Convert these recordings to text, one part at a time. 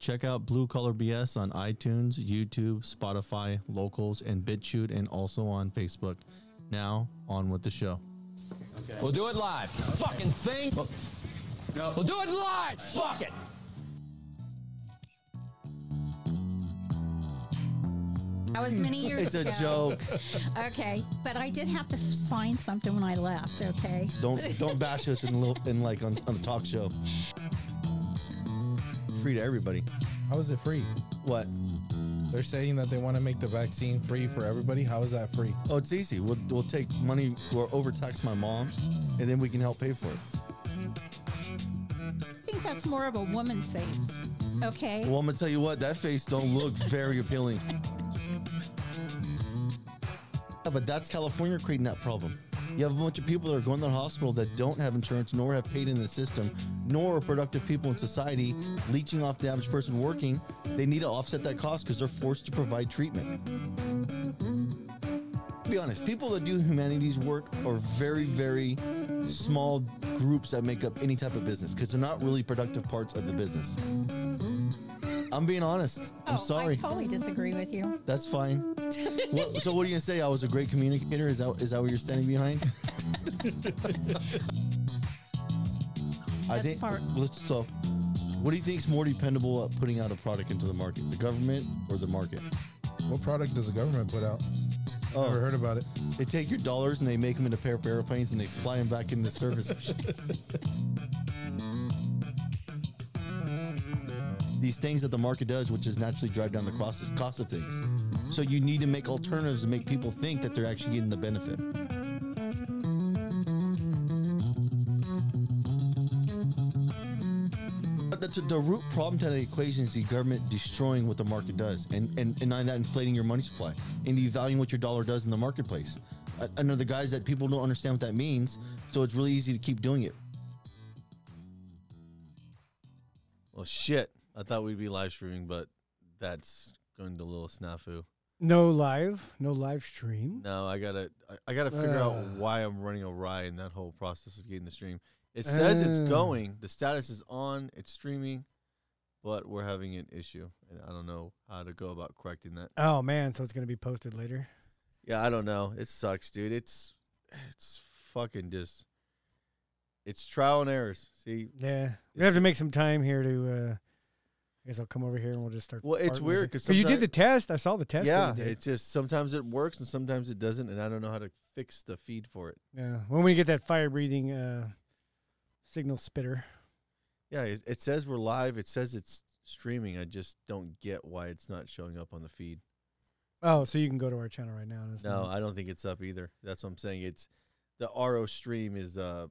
Check out Blue Collar BS on iTunes, YouTube, Spotify, Locals, and BitChute, and also on Facebook. Now, on with the show. We'll do it live. Fucking thing. We'll do it live. Fuck it. That was many It's years a ago. joke. Okay, but I did have to f- sign something when I left. Okay. Don't don't bash us in little, in like on, on a talk show. Free to everybody. How is it free? What? They're saying that they want to make the vaccine free for everybody. How is that free? Oh, it's easy. We'll, we'll take money or overtax my mom, and then we can help pay for it. I think that's more of a woman's face. Okay. Well, I'm gonna tell you what. That face don't look very appealing. Yeah, but that's California creating that problem. You have a bunch of people that are going to the hospital that don't have insurance, nor have paid in the system, nor are productive people in society, leeching off the average person working. They need to offset that cost because they're forced to provide treatment. To be honest, people that do humanities work are very, very small groups that make up any type of business because they're not really productive parts of the business. I'm being honest. I'm Oh, I sorry. totally disagree with you. That's fine. what, so what are you gonna say? I was a great communicator. Is that is that what you're standing behind? I That's think. part- Let's so. What do you think is more dependable at putting out a product into the market, the government or the market? What product does the government put out? Oh. Never heard about it. They take your dollars and they make them into pair of airplanes and they fly them back into service. These things that the market does, which is naturally drive down the cost cost of things. So you need to make alternatives to make people think that they're actually getting the benefit. But the, the root problem to the equation is the government destroying what the market does, and and and not that inflating your money supply and devaluing what your dollar does in the marketplace. I, I know the guys that people don't understand what that means, so it's really easy to keep doing it. Well, shit! I thought we'd be live streaming, but that's going to a little snafu. No live, no live stream. No, I gotta, I, I gotta figure out why I'm running awry in that whole process of getting the stream. It says it's Oh. going, the status is on, it's streaming, but we're having an issue, and I don't know how to go about correcting that. Oh man, so it's gonna be posted later. Yeah, I don't know. It sucks, dude. It's, it's fucking just, it's trial and errors. See, Yeah, we have It's- to make some time here to. uh I guess I'll come over here and we'll just start. Well, it's farting with weird it. 'cause But you sometimes- did the test. I saw the test. yeah, that you did. it's just sometimes it works and sometimes it doesn't, and I don't know how to fix the feed for it. yeah. When we get that fire breathing uh signal spitter, Yeah, it, it says we're live. It says it's streaming. I just don't get why it's not showing up on the feed. oh, so you can go to our channel right now. and it's No, not- I don't think it's up either. That's what I'm saying. It's the RO stream is uh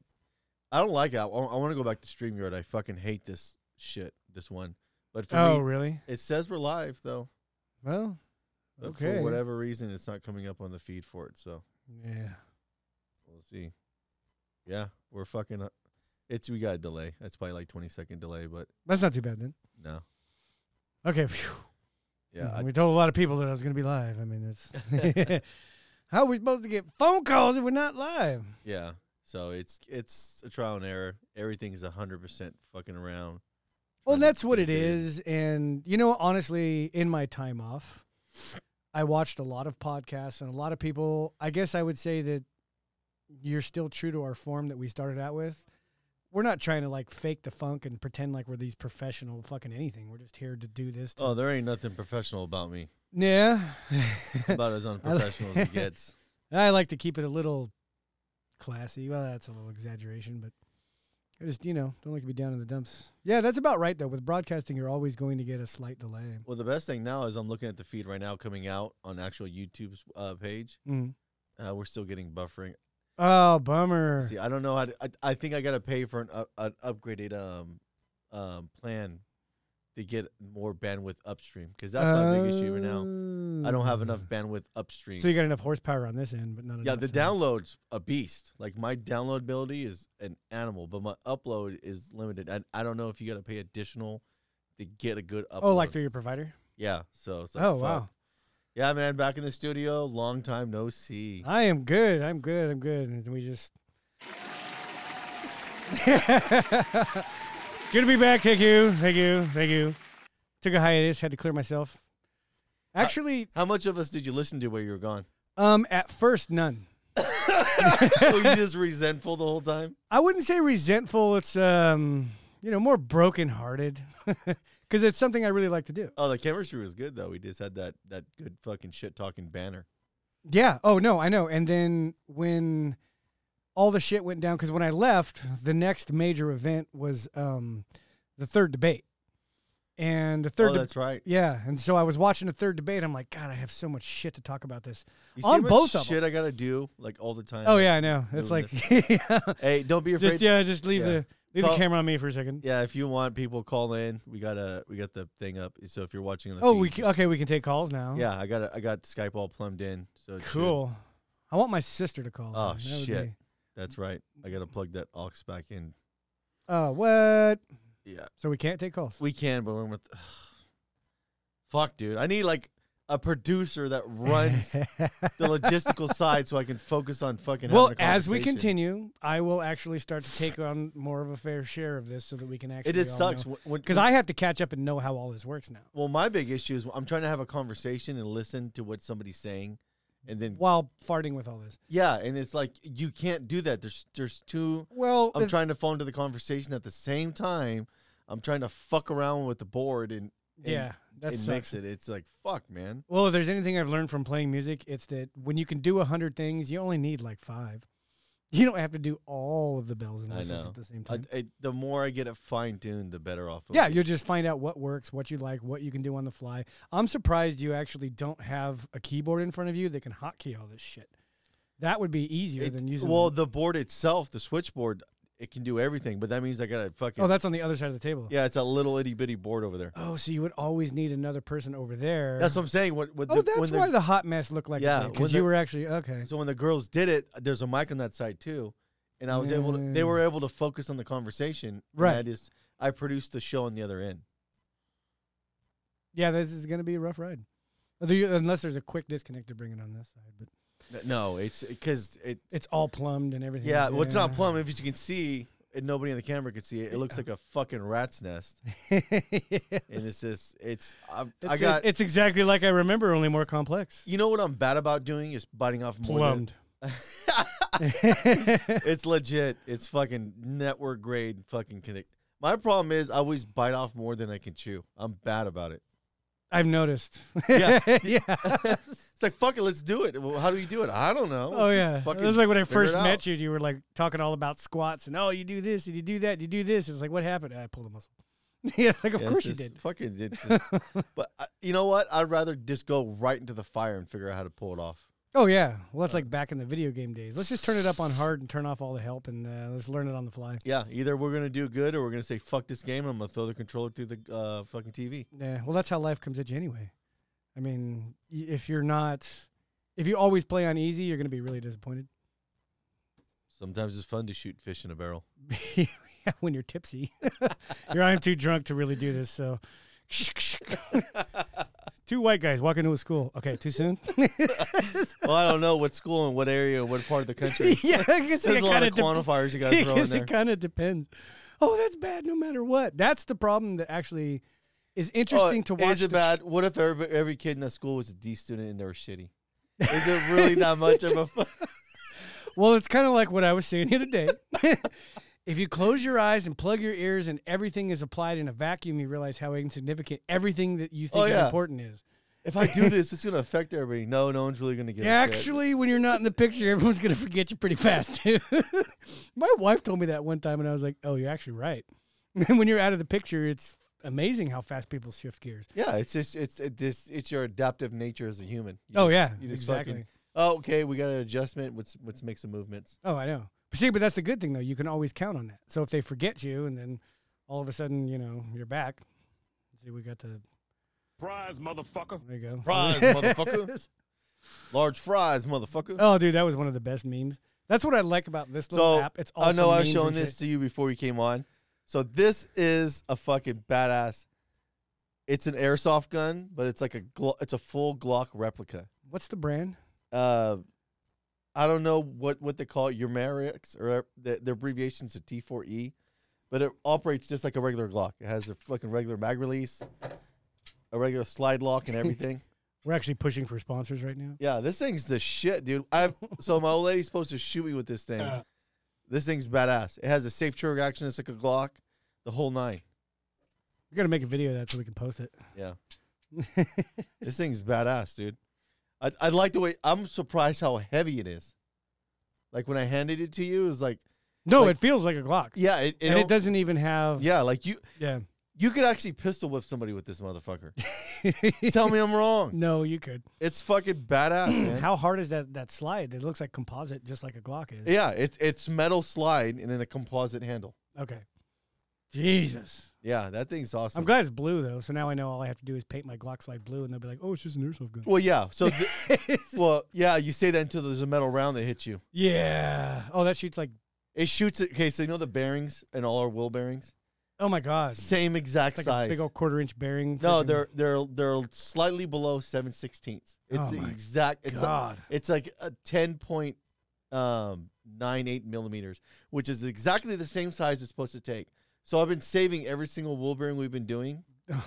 I don't like it. I, want to go back to StreamYard. I fucking hate this shit, this one. But for oh, me, really? it says we're live though. Well, But Okay. for whatever reason it's not coming up on the feed for it, so yeah. we'll see. Yeah, we're fucking uh, it's we got a delay. That's probably like 20 second delay, but That's not too bad then. no. Okay. phew. Yeah, I, we told a lot of people that I was gonna be live. I mean, it's how are we supposed to get phone calls if we're not live? yeah. So it's it's a trial and error. Everything's 100% fucking around. Well, trying to that's what get it big. is. And, you know, honestly, in my time off, I watched a lot of podcasts and a lot of people. I guess I would say that you're still true to our form that we started out with. We're not trying to like fake the funk and pretend like we're these professional fucking anything. We're just here to do this. To, Oh, there ain't nothing professional about me. yeah. about as unprofessional as it gets. I like to keep it a little classy. Well, that's a little exaggeration, but I just, you know, don't like to be down in the dumps. Yeah, that's about right, though. With broadcasting, you're always going to get a slight delay. Well, the best thing now is I'm looking at the feed right now coming out on actual YouTube's uh, page. Mm. Uh, we're still getting buffering. Oh, bummer. See, I don't know how to. I, I think I got to pay for an, up an upgraded um, um, plan to get more bandwidth upstream because that's my big issue right now. I don't have enough bandwidth upstream. Uh. So you got enough horsepower on this end, but not yeah, enough the to- download's a beast. Like my download ability is an animal, but my upload is limited. And I don't know if you got to pay additional to get a good upload. Oh, like through your provider? yeah. So it's like, Oh, fuck. wow. Yeah, man, back in the studio. Long time no see. I am good. I'm good. I'm good. And we just. good to be back. Thank you. Thank you. Thank you. took a hiatus, had to clear myself. Uh, Actually, How much of us did you listen to while you were gone? um, at first, none. Were you just resentful the whole time? I wouldn't say resentful. It's um, you know, more brokenhearted because it's something I really like to do. Oh, the chemistry was good though. We just had that that good fucking shit talking banner. Yeah. Oh no, I know. And then when all the shit went down, because when I left, the next major event was um, the third debate, and the third. oh, deb- that's right. yeah, and so I was watching the third debate. I'm like, God, I have so much shit to talk about this. You On how much both of 'em. shit I gotta do like all the time. Oh yeah, I know. It's doing like, yeah. Hey, don't be afraid. just yeah, just leave yeah. the leave Call- the camera on me for a second. Yeah, if you want people call in, we got to we got the thing up. So if you're watching on the Oh, feed, we c- okay. We can take calls now. Yeah, I got a- I got Skype all plumbed in. So it should- Cool. I want my sister to call. Oh, in. That would shit. be- that's right. I got to plug that aux back in. Oh, what? Yeah. So we can't take calls. We can, but we're with Fuck, dude. I need like a producer that runs the logistical side so I can focus on fucking well, having a as we conversation. continue, I will actually start to take on more of a fair share of this, so that we can actually. It just sucks wh- when because I have to catch up and know how all this works now. Well, my big issue is I'm trying to have a conversation and listen to what somebody's saying, and then While farting with all this. yeah, and it's like you can't do that. There's there's two. Well, I'm it- trying to phone to the conversation at the same time. I'm trying to fuck around with the board and, and yeah, and that's mix it. It's like fuck, man. Well, if there's anything I've learned from playing music, it's that when you can do a hundred things, you only need like five. You don't have to do all of the bells and I whistles know. at the same I, time. I- the more I get it fine tuned, the better off. it'll yeah, be. you'll just find out what works, what you like, what you can do on the fly. I'm surprised you actually don't have a keyboard in front of you that can hotkey all this shit. That would be easier It- than using. well, the- the board itself, the switchboard, it can do everything, but that means I gotta fucking. oh, that's on the other side of the table. yeah, it's a little itty bitty board over there. Oh, so you would always need another person over there. That's what I'm saying. What, what oh, the, that's when the- why the hot mess looked like. Yeah, Yeah, when because the- you were actually okay. So when the girls did it, there's a mic on that side too, and I was able to. They were able to focus on the conversation. and Right. I just I produced the show on the other end. Yeah, this is gonna be a rough ride. Although you- Unless there's a quick disconnect to bring it on this side, but N- No, it's because it. it's all plumbed and everything. Yeah, is- well, it's not plumb. If you can see, and nobody on the camera could see it, it looks like a fucking rat's nest. And it's, it's just it's. I, I it's- got. it's exactly like I remember, only more complex. you know what I'm bad about doing is biting off more. than- Plumbed. it's legit. It's fucking network grade fucking connect. My problem is I always bite off more than I can chew. I'm bad about it. I've noticed. Yeah. yeah. It's like fuck it, let's do it. Well, how do we do it? I don't know. Oh yeah. It was like when I first met you, you were like talking all about squats and oh, you do this and you do that, and you do this. It's like what happened? I pulled a muscle. yeah, it's like of course you did. Fucking did. This. but I, you know what? I'd rather just go right into the fire and figure out how to pull it off. Oh yeah. Well, that's like back in the video game days. Let's just turn it up on hard and turn off all the help and uh, let's learn it on the fly. Yeah, either we're gonna do good or we're gonna say fuck this game. and I'm gonna throw the controller through the uh, fucking TV. Yeah. Well, that's how life comes at you anyway. I mean, y- if you're not, if you always play on easy, you're going to be really disappointed Sometimes it's fun to shoot fish in a barrel. when you're tipsy. you're, I'm too drunk to really do this. So, two white guys walking into a school. Okay, too soon? well, I don't know what school and what area and what part of the country. yeah, I guess There's it a lot kind of of quantifiers you gotta throw in because there. it kind of depends. Oh, that's bad no matter what. That's the problem that actually is interesting to Oh, watch. Is it the ch- bad? What if every, every kid in that school was a D student and they were shitty? Is it really that much of a? fu- Well, it's kind of like what I was saying the other day. if you close your eyes and plug your ears and everything is applied in a vacuum, you realize how insignificant everything that you think Oh, is yeah. important is. if I do this, it's gonna affect everybody. No, no one's really gonna get. a shit. Actually, when you're not in the picture, everyone's going to forget you pretty fast, dude. My wife told me that one time, and I was like, oh, you're actually right. And when you're out of the picture, it's amazing how fast people shift gears. yeah, it's just it's it, this it's your adaptive nature as a human. You Oh, just- yeah. you just exactly. fucking- oh, okay, we got an adjustment. Let's let's make some movements. Oh, I know. But see, but that's the good thing, though. You can always count on that. So if they forget you, and then all of a sudden, you know, you're back. See, we got the Surprise, motherfucker. There you go. Fries, motherfucker. Large fries, motherfucker. Oh, dude, that was one of the best memes. That's what I like about this little so app. It's all I know from I was memes showing and shit. this to you before you came on. So this is a fucking badass. It's an airsoft gun, but it's like a glo- it's a full Glock replica. What's the brand? uh, I don't know what, what they call it, Umarix, or the, the abbreviation's a E, T4E, but it operates just like a regular Glock. It has a fucking regular mag release. a regular slide lock and everything. We're actually pushing for sponsors right now. yeah, this thing's the shit, dude. I so my old lady's supposed to shoot me with this thing. This thing's badass. It has a safe trigger action. It's like a Glock, the whole nine. We gotta make a video of that so we can post it. Yeah. This thing's badass, dude. I I like the way. I'm surprised how heavy it is. Like when I handed it to you, it was like, no, like- it feels like a Glock, yeah, it, and don't- it doesn't even have. Yeah, like you, yeah. you could actually pistol whip somebody with this motherfucker. Tell me I'm wrong. No, you could. It's fucking badass, man. How hard is that that slide? It looks like composite, just like a Glock is. yeah, it's it's metal slide and then a composite handle. Okay. Jesus. Yeah, that thing's awesome. I'm glad it's blue though, so now I know all I have to do is paint my Glock slide blue, and they'll be like, "Oh, it's just an airsoft gun." Well, yeah. So, th- well, yeah. You say that until there's a metal round that hits you. yeah. Oh, that shoots like. It shoots. it- Okay, so you know the bearings and all our wheel bearings, Oh my god. same exact It's like size. a big old quarter inch bearing. no, freaking- they're they're they're slightly below seven sixteenths. It's Oh the my exact. It's God. Like, it's like a ten point um, nine eight millimeters, which is exactly the same size it's supposed to take. So I've been saving every single wheel bearing we've been doing.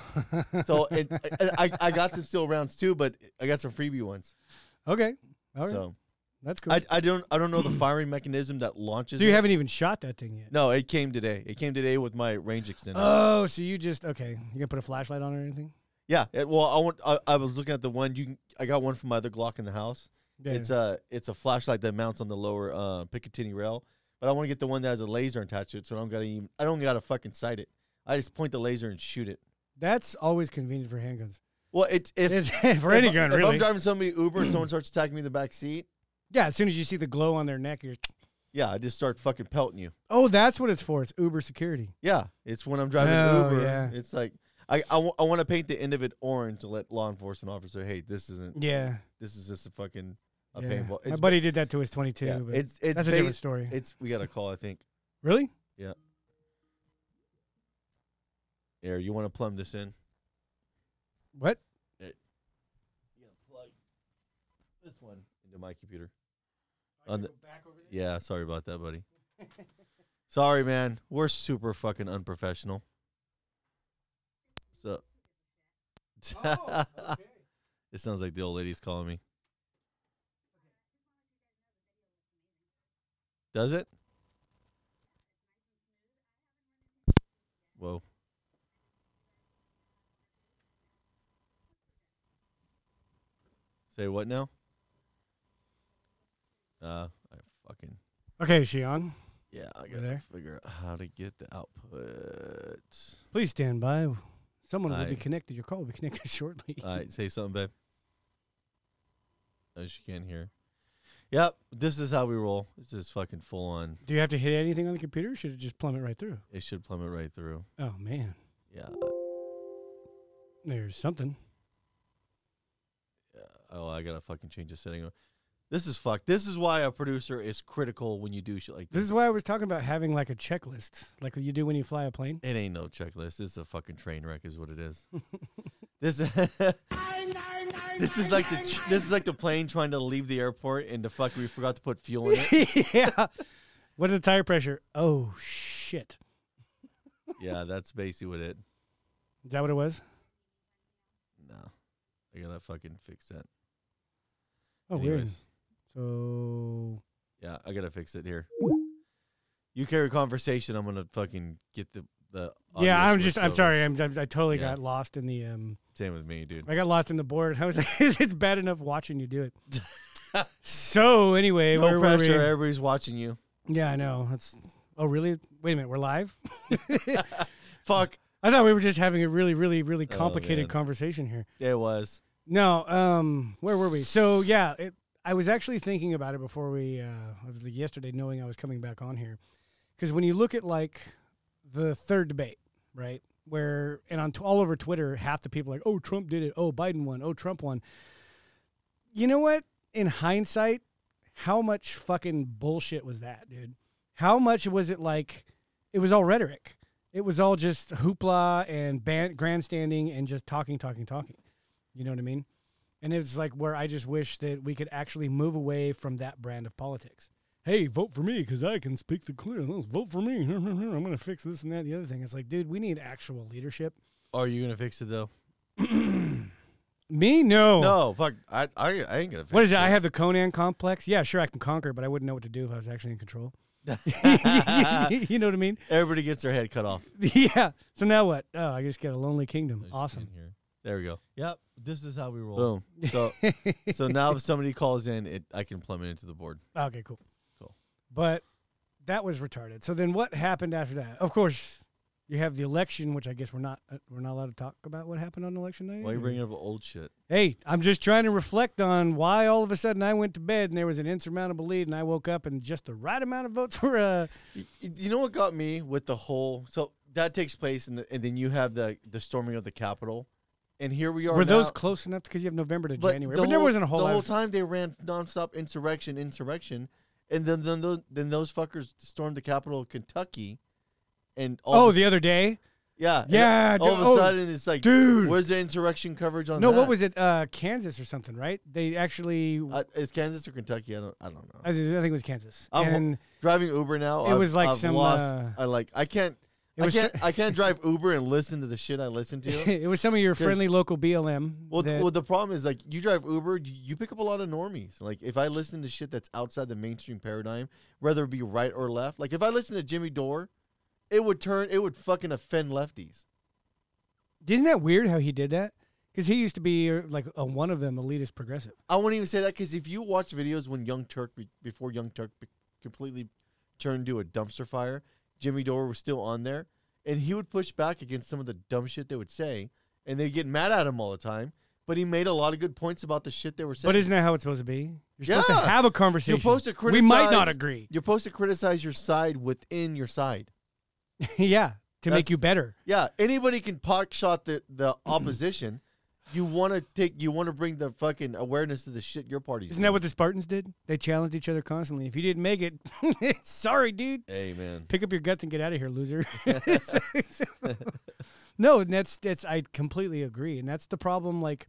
So it, I, I I got some steel rounds too, but I got some freebie ones. okay. All right. So That's cool. I, I don't I don't know the firing mechanism that launches. so you it. haven't even shot that thing yet. No, it came today. It came today with my range extender. Oh, so you just okay? You gonna put a flashlight on it or anything? yeah. it- well, I want. I, I was looking at the one you. Can, I got one from my other Glock in the house. Yeah. It's a it's a flashlight that mounts on the lower uh, Picatinny rail. But I want to get the one that has a laser attached to it, so I don't gotta even. I don't gotta fucking sight it. I just point the laser and shoot it. That's always convenient for handguns. Well, it's if It's for any if I- gun, if really. I'm driving somebody Uber and someone starts attacking me in the back seat, yeah. As soon as you see the glow on their neck, you're. yeah, I just start fucking pelting you. Oh, that's what it's for. It's Uber security. Yeah, it's when I'm driving Oh, Uber. yeah. It's like I I want to paint the end of it orange to let law enforcement officer, hey, this isn't. Yeah. This is just a fucking a yeah. paintball. My It's, buddy did that to his 22. yeah, but it's it's that's a based- different story. It's we got a call. I think. really? Air, you want to plumb this in? What? Yeah, plug this one into my computer. On the, yeah, sorry about that, buddy. sorry, man. We're super fucking unprofessional. So. it sounds like the old lady's calling me. Does it? Whoa. Say what now? Uh, I fucking Okay, Shion. yeah. I We're gotta there? figure out how to get the output. Please stand by. Someone will Aye. be connected. Your call will be connected shortly. All right, say something, babe. Oh, she can't hear. Yep, this is how we roll. This is fucking full on. Do you have to hit anything on the computer? Or should it just plummet right through? It should plummet right through. Oh man, Yeah. there's something. yeah. Oh, I gotta fucking change the setting. This is fuck. This is why a producer is critical when you do shit like This this. is why I was talking about having like a checklist, like you do when you fly a plane. It ain't no checklist. This is a fucking train wreck, is what it is. this this is like the ch- this is like the plane trying to leave the airport and the fuck we forgot to put fuel in it. yeah. What is the tire pressure? Oh shit. yeah, that's basically what it. Is that what it was? No, I gotta fucking fix that. Oh weird. Anyways, So yeah, I gotta fix it here. You carry conversation. I'm gonna fucking get the the. audio yeah, I'm switched just I'm over. sorry. I'm, I'm- i totally Yeah. got lost in the um. Same with me, dude. I got lost in the board. I was like, it's bad enough watching you do it. so anyway, no where were we? pressure. Everybody's watching you. Yeah, I know. That's oh really? Wait a minute, we're live. Fuck. I thought we were just having a really, really, really complicated man. conversation here. It was. No, um, where were we? So yeah, it, I was actually thinking about it before we. Uh, I was like yesterday, knowing I was coming back on here, because when you look at like the third debate, right? Where and on t- all over Twitter, half the people are like, "Oh, Trump did it. Oh, Biden won. Oh, Trump won." You know what? In hindsight, how much fucking bullshit was that, dude? How much was it like? It was all rhetoric. It was all just hoopla and ban- grandstanding and just talking, talking, talking. You know what I mean? And it's like where I just wish that we could actually move away from that brand of politics. Hey, vote for me because I can speak the clear. Let's vote for me. I'm going to fix this and that, and the other thing. It's like, dude, we need actual leadership. Are you gonna fix it though? Me? No. No, fuck. I, I, I ain't gonna. Oh. What fix is it? I shit. have the Conan complex. Yeah, sure, I can conquer, but I wouldn't know what to do if I was actually in control. you know what I mean? Everybody gets their head cut off. Yeah. So now what? Oh, I just got a lonely kingdom. Awesome. There we go. Yep. This is how we roll. Boom. So, so now if somebody calls in, it I can plumb it into the board. Okay, cool. Cool. But that was retarded. So then what happened after that? Of course, you have the election, which I guess we're not uh, we're not allowed to talk about what happened on election night. Why are you or- bringing up old shit? hey, I'm just trying to reflect on why all of a sudden I went to bed and there was an insurmountable lead and I woke up and just the right amount of votes were uh Y- y- You know what got me with the whole. So that takes place, and, the, and then you have the the storming of the Capitol, and here we are. were those now. close enough because you have November to But January. the But there whole- wasn't a whole The lot whole of- time they ran nonstop insurrection, insurrection, and then then those, then those fuckers stormed the capital of Kentucky, and all Oh, of a- the other day? yeah and Yeah, all dude. of a Oh, sudden it's like dude. where's the insurrection coverage on No, that? what was it? Uh, Kansas or something, right? They actually, Uh, is Kansas or Kentucky? I don't I don't know. I think it was Kansas. I'm- and Driving Uber now, It I've- was like I've some, lost. uh, I like I can't. it I was, can't. I can't drive Uber and listen to the shit I listen to. it was some of your friendly local BLM. Well, th- that- well, the problem is like you drive Uber, you, you pick up a lot of normies. Like if I listen to shit that's outside the mainstream paradigm, whether it be right or left. Like if I listen to Jimmy Dore, it would turn, it would fucking offend lefties. isn't that weird how he did that? Because he used to be uh, like a one of them elitist progressive. I wouldn't even say that because if you watch videos when Young Turk be- before Young Turk be- completely turned into a dumpster fire, Jimmy Dore was still on there, and he would push back against some of the dumb shit they would say, and they get mad at him all the time. But he made a lot of good points about the shit they were saying. But isn't that how it's supposed to be? You're supposed to Yeah. have a conversation. You're supposed to We might not criticize- agree. You're supposed to criticize your side within your side. yeah, to make you That's- better. Yeah, anybody can pot shot the, the opposition. You want to take, you want to bring the fucking awareness to the shit your party's. Isn't that what the Spartans did? They challenged each other constantly. If you didn't make it, sorry, dude. the? Hey man, pick up your guts and get out of here, loser. no, and that's that's I completely agree, and that's the problem. Like,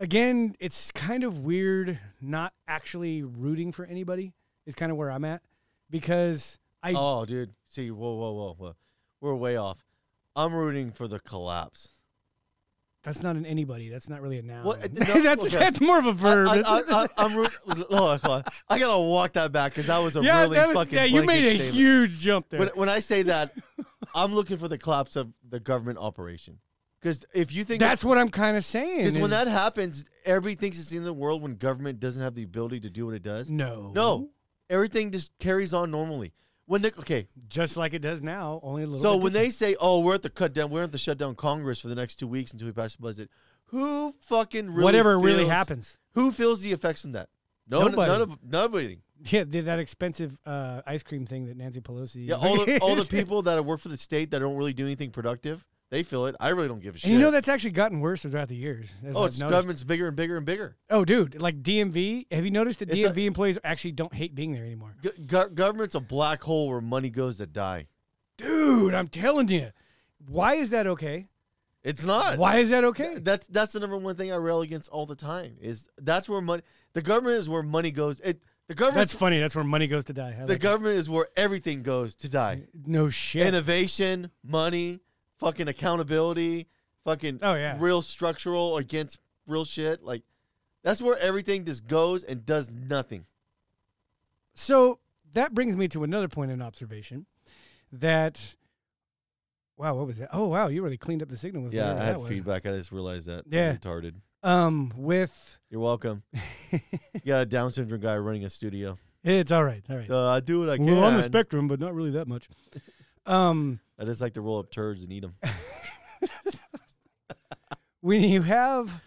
again, it's kind of weird not actually rooting for anybody. Is kind of where I'm at because I oh dude, see, whoa, whoa, whoa, whoa, we're way off. I'm rooting for the collapse. that's not an anybody. That's not really a noun. What- uh, no, that's okay. that's more of a verb. I, That's- I, I, am root, hold on, hold on. I gotta walk that back because that was a yeah, really that was, fucking. yeah, you blanket made a statement. huge jump there. When, when I say that, I'm looking for the collapse of the government operation. Because if you think that's what I'm kind of saying. Because when is- that happens, everybody thinks it's the end of the world when government doesn't have the ability to do what it does. no, No, everything just carries on normally. When the, okay, just like it does now, only a little. so bit when different. they say, "Oh, we're at the cut down, we're at the shutdown Congress for the next two weeks until we pass the budget," who fucking really whatever feels, really happens, Who feels the effects from that? No, one- Nobody. None of, nobody. Yeah, did that expensive uh, ice cream thing that Nancy Pelosi. Yeah, all the all the people that work for the state that don't really do anything productive, they feel it. I really don't give a shit. And you know that's actually gotten worse throughout the years. as Oh, I've it's noticed. government's bigger and bigger and bigger. Oh, dude, like DMV. Have you noticed that It's a- DMV employees actually don't hate being there anymore? Go- go- government's a black hole where money goes to die. Dude, I'm telling you, why is that okay? It's not. Why is that okay? Th- That's that's the number one thing I rail against all the time. Is that's where money. The government is where money goes. It the government. That's funny. That's where money goes to die. the I like it. government is where everything goes to die. no shit. Innovation, money, fucking accountability, fucking Oh, yeah. real structural against real shit. Like that's where everything just goes and does nothing. So that brings me to another point in observation that. Wow, what was that? Oh, wow, you really cleaned up the signal with Yeah, whatever I had that was. feedback. I just realized that. I'm Yeah. retarded. Um, with You're welcome. you got a Down syndrome guy running a studio. it's all right, all right. Uh, I do what I can. We're on the spectrum, but not really that much. Um, I just like to roll up turds and eat them. when you have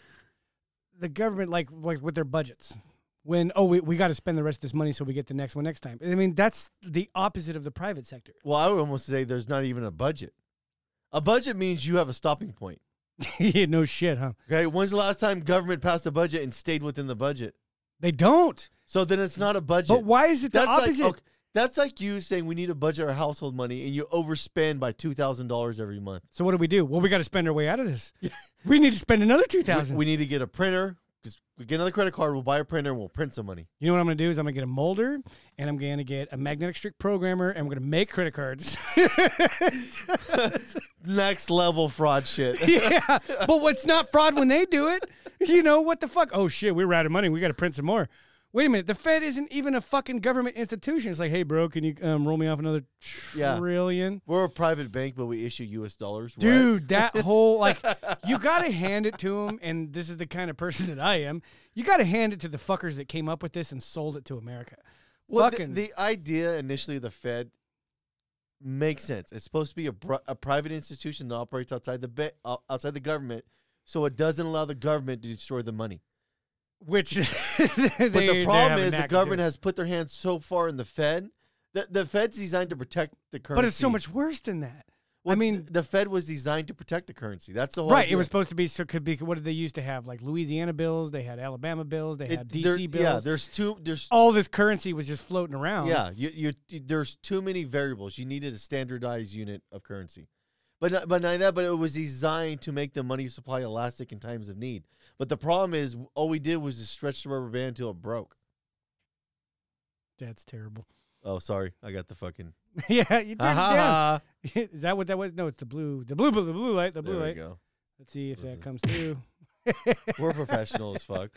the government, like like with their budgets, when oh we, we got to spend the rest of this money so we get the next one next time. I mean that's the opposite of the private sector. Well, I would almost say there's not even a budget. A budget means you have a stopping point. Yeah, no shit, huh? Okay, when's the last time government passed a budget and stayed within the budget? They don't. So then it's not a budget. But why is it the opposite? Like, okay, that's like you saying we need a budget or household money, and you overspend by two thousand dollars every month. So what do we do? Well, we got to spend our way out of this. we need to spend another two We- thousand. We, need to get a printer. because we get another credit card, we'll buy a printer, and we'll print some money. You know what I'm going to do is I'm going to get a molder and I'm going to get a magnetic strip programmer and we're going to make credit cards. Next level fraud shit. yeah. But what's not fraud when they do it? You know, what the fuck? Oh shit, we're out of money. We got to print some more. Wait a minute. The Fed isn't even a fucking government institution. It's like, hey, bro, can you um, roll me off another Yeah. trillion? We're a private bank, but we issue U.S. dollars. right? Dude, that whole like, you got to hand it to him. And this is the kind of person that I am. You got to hand it to the fuckers that came up with this and sold it to America. Well, the, Fucking- the idea initially of the Fed makes sense. It's supposed to be a, br- a private institution that operates outside the ba- uh, outside the government, so it doesn't allow the government to destroy the money. Which, they, But the problem is the government has put their hands so far in the Fed. The, the Fed's designed to protect the currency. But it's so much worse than that. Well, I mean, th- the Fed was designed to protect the currency. That's the whole Right. idea. It was supposed to be so could be what did they used to have like Louisiana bills? They had Alabama bills. They It- had there- DC Yeah, bills. there's two. There's All this currency was just floating around. yeah. You, you, you- there's too many variables. You needed a standardized unit of currency, but not, but not that. But it was designed to make the money supply elastic in times of need. But the problem is, all we did was just stretch the rubber band until it broke. That's terrible. Oh, sorry, I got the fucking. yeah, you turned Ha, it down. ha, ha. Is that what that was? No, it's the blue, the blue, the blue light, the blue There we light. go. Let's see if Listen. that comes through. We're professional as fuck.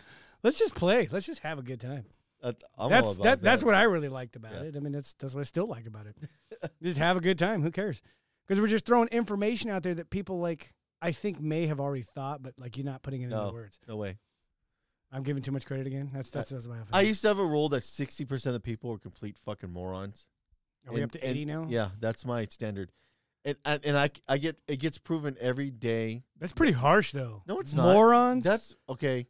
Let's just play. Let's just have a good time. Uh, I'm all that's about that, That's that. what I really liked about Yeah. it. I mean, that's that's what I still like about it. just have a good time. Who cares? Because we're just throwing information out there that people like. I think may have already thought, but like you're not putting it into No. words. No way. I'm giving too much credit again. That's that's, that's my. I used to have a rule that sixty percent of people were complete fucking morons. Are we And- up to and- 80 now? Yeah, that's my standard. And and, and I, I get it gets proven every day. That's pretty harsh, though. No, it's not. Morons. That's okay.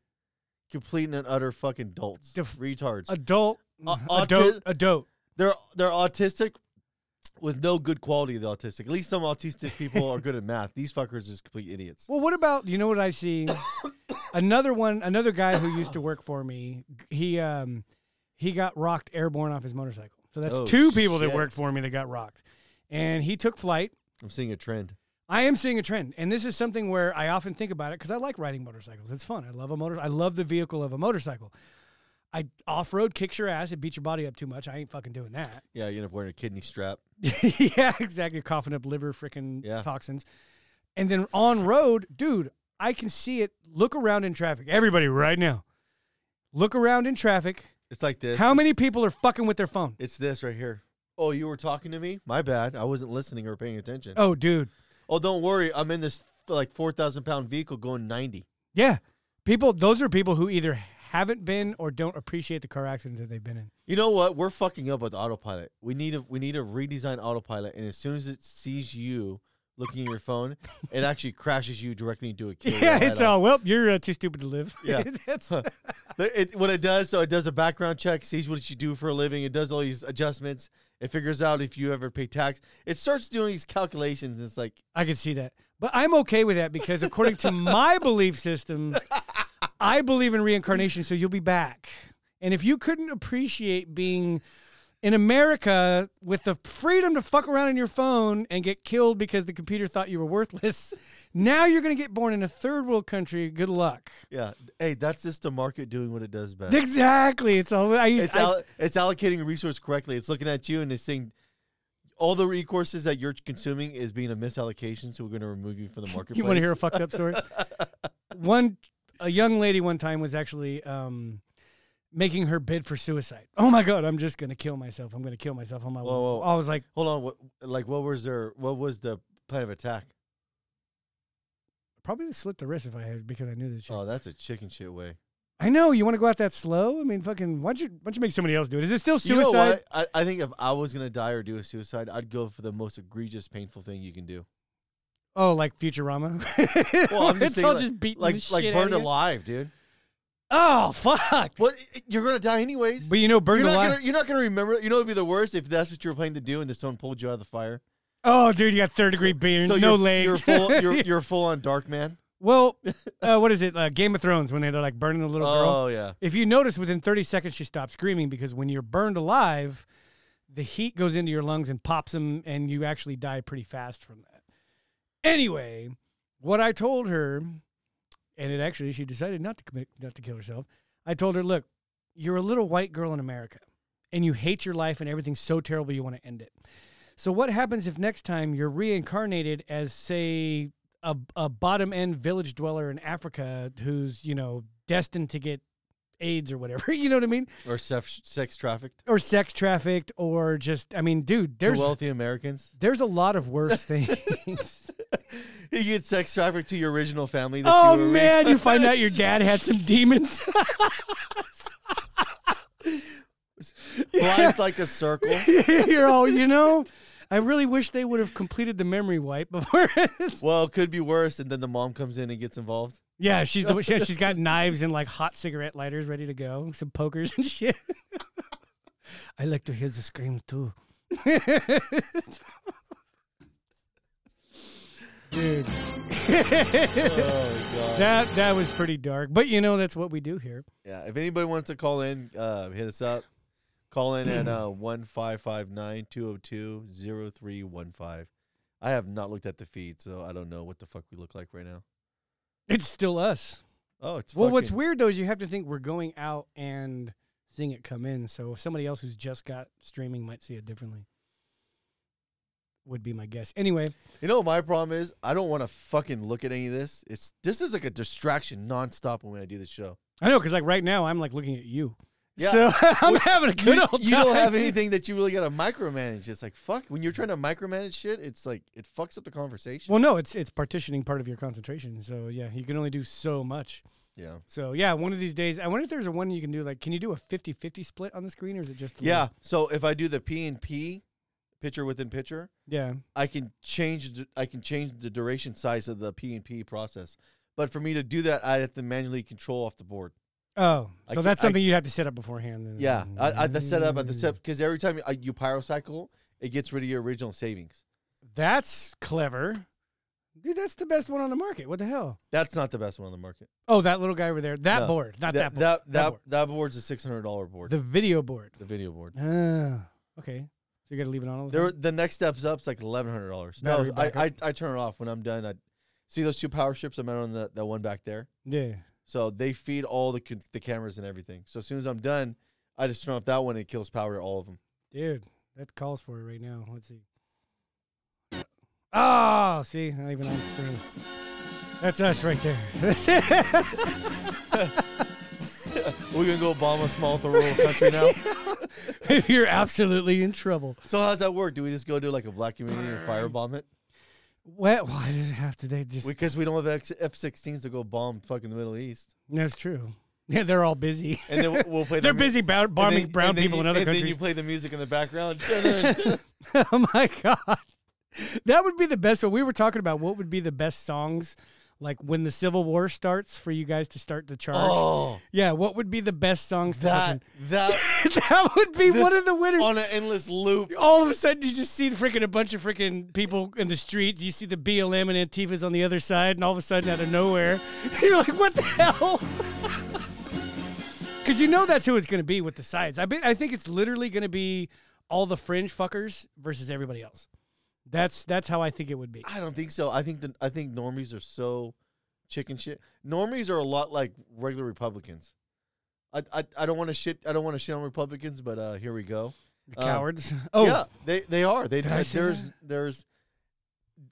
Complete and utter fucking dolts, Def- retards. adult. A- adult. auti- Adult. they're they're autistic with no good quality of the autistic. At least some autistic people are good at math. These fuckers is complete idiots. Well, what about you know what I see? another one. Another guy who used to work for me. g- He um, he got rocked airborne off his motorcycle. So that's Oh, two people that shit. worked for me that got rocked, and he took flight. I'm seeing a trend. I am seeing a trend, and this is something where I often think about it because I like riding motorcycles. It's fun. I love a motor. I love the vehicle of a motorcycle. I off road kicks your ass. It beats your body up too much. I ain't fucking doing that. Yeah, you end up wearing a kidney strap. yeah, exactly. Coughing up liver freaking Yeah. toxins. And then on road, dude, I can see it. Look around in traffic. Everybody right now. Look around in traffic. It's like this. How many people are fucking with their phone? It's this right here. Oh, you were talking to me? My bad. I wasn't listening or paying attention. Oh, dude. Oh, don't worry. I'm in this like four thousand pound vehicle going ninety. Yeah. People, those are people who either haven't been or don't appreciate the car accident that they've been in. You know what? We're fucking up with autopilot. We need a we need a redesign autopilot, and as soon as it sees you looking at your phone, it actually crashes you directly into a cave. Yeah, it's all, well, you're uh, too stupid to live. Yeah. That's, It, what it does, so it does a background check, sees what you do for a living, it does all these adjustments, it figures out if you ever pay tax. It starts doing these calculations. And it's like I can see that. But I'm okay with that because according to my belief system, I believe in reincarnation, so you'll be back. And if you couldn't appreciate being in America with the freedom to fuck around on your phone and get killed because the computer thought you were worthless, now you're going to get born in a third world country. Good luck. Yeah. Hey, that's just the market doing what it does best. Exactly. It's all I used It's to. al- it's allocating resource correctly. It's looking at you and it's saying all the recourses that you're consuming is being a misallocation, so we're going to remove you from the marketplace. You want to hear a fucked up story? one, a young lady one time was actually um, making her bid for suicide. Oh my god, I'm just gonna kill myself. I'm gonna kill myself. on my. Whoa, whoa. I was like, Hold on, what like what was their what was the plan of attack? probably slit the wrist if I had because I knew this shit. Oh, that's a chicken shit way. I know you want to go out that slow. I mean, fucking, why don't you why don't you make somebody else do it? Is it still You know suicide? what? I, I think if I was gonna die or do a suicide, I'd go for the most egregious, painful thing you can do. Oh, like Futurama. Well, I'm just it's all thinking, just beating Like the like shit out of burned you. alive, dude. Oh fuck! What you're gonna die anyways. But you know, you're burned not, alive. gonna, you're not gonna remember. it. You know, it'd be the worst if that's what you were planning to do, and the sun pulled you out of the fire. Oh, dude, you got third degree burn, So no you're, legs. You're full. You're, you're full on dark man. Well, uh, what is it? Uh, Game of Thrones when they're like burning the little girl. Oh yeah. If you notice, within 30 seconds she stops screaming because when you're burned alive, the heat goes into your lungs and pops them, and you actually die pretty fast from that. Anyway, what I told her and it actually she decided not to commit, not to kill herself. I told her, "Look, you're a little white girl in America, and you hate your life and everything's so terrible you want to end it. So what happens if next time you're reincarnated as say a, a bottom end village dweller in Africa who's, you know, destined to get AIDS or whatever, you know what I mean? or sex, sex trafficked. Or sex trafficked or just I mean, dude, To there's wealthy Americans. there's a lot of worse things. You get sex trafficked to your original family. That oh you were with. man, you find out your dad had some demons. Life's like a circle. You're all, oh, you know, I really wish they would have completed the memory wipe before. Well, it could be worse, and then the mom comes in and gets involved. yeah, she's the, she, she's got knives and like hot cigarette lighters ready to go, some pokers and shit. I like to hear the screams too. Dude, Oh god. that that was pretty dark, but you know that's what we do here. Yeah, if anybody wants to call in, uh, hit us up. Call in at uh, 1559-202-0315. I have not looked at the feed, so I don't know what the fuck we look like right now. It's still us. Oh, it's Well, what's fucking- weird though is you have to think we're going out and seeing it come in. So somebody else who's just got streaming might see it differently. Would be my guess. Anyway, You know what my problem is? I don't want to fucking look at any of this. It's this is like a distraction nonstop when I do this show. I know because like right now I'm like looking at you. Yeah. So I'm having a good old time. You don't have dude. anything that you really gotta micromanage. It's like fuck. When you're trying to micromanage shit, it's like it fucks up the conversation. Well, no, it's it's partitioning part of your concentration. So yeah, you can only do so much. yeah. So yeah, one of these days, I wonder if there's a one you can do. Like, can you do a 50-50 split on the screen, or is it just the Yeah. one? So if I do the P and P, picture within picture, yeah? I can change the- I can change the duration size of the P and P process. But for me to do that, I have to manually control off the board. Oh, I ca- so that's I- something you have to set up beforehand. then. Yeah, I, I the setup at the Mm. set because every time you, you pyrocycle, it gets rid of your original savings. That's clever, dude. That's the best one on the market. What the hell? That's not the best one on the market. Oh, that little guy over there. That No, board, not that that, board. that that that, board. that board's a six hundred dollar board, The the, video board. video board. Ah, okay. So you got to leave it on all the There, time? the next step's up's like eleven hundred dollars. Battery No, I, I backup. I turn it off when I'm done. I see those two power strips. I'm out on the that one back there. Yeah. So they feed all the c- the cameras and everything. So as soon as I'm done, I just turn off that one and it kills power to all of them. Dude, that calls for it right now. Let's see. Oh, see, not even on screen. That's us right there. We're gonna go bomb a small rural country now. if you're absolutely in trouble. So how's that work? Do we just go to like a black community and firebomb it? What? Why does it have to? They just. Because we don't have F-16s to go bomb fucking the Middle East, that's true. Yeah, they're all busy. and then we'll- we'll play. the They're mu- busy bar- and then- bombing brown and then people you- in other and Then you countries. play the music in the background. oh my god, that would be the best. What we were talking about, what would be the best songs? Like when the Civil War starts, for you guys to start the charge. oh, Yeah, what would be the best songs? To that that fucking- that would be this- one of the winners. on an endless loop. all of a sudden you just see freaking a bunch of freaking people in the streets. You see the BLM and Antifa's on the other side, and all of a sudden out of nowhere, you're like, what the hell? Because you know that's who it's going to be with the sides. I be, I think it's literally going to be all the fringe fuckers versus everybody else. That's that's how I think it would be. I don't think so. I think the, I think normies are so chicken shit. Normies are a lot like regular Republicans. I I, I don't want to shit. I don't want to shit on Republicans, but uh, here we go. The Uh, cowards. Oh, yeah, they they are. They Did I say there's that? there's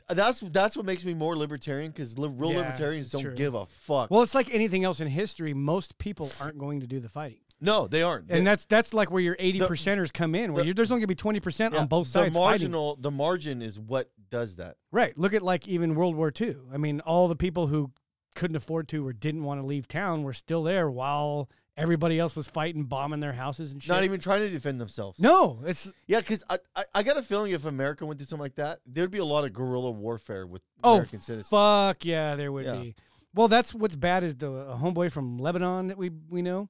that's that's what makes me more libertarian because li- real Yeah, libertarians it's don't true. give a fuck. Well, it's like anything else in history. Most people aren't going to do the fighting, no, they aren't. and They- that's that's like where your eighty percenters come in, where the- you're, there's only going to be twenty percent yeah, on both sides. The fighting. marginal, the margin is what does that. Right. Look at like even World War II. I mean, all the people who couldn't afford to or didn't want to leave town were still there while everybody else was fighting, bombing their houses and shit. Not even trying to defend themselves. No, it's Yeah, because I, I I got a feeling if America went through something like that, there'd be a lot of guerrilla warfare with oh American citizens. fuck yeah, there would Yeah. be. Well, that's what's bad is the uh, homeboy from Lebanon that we we know,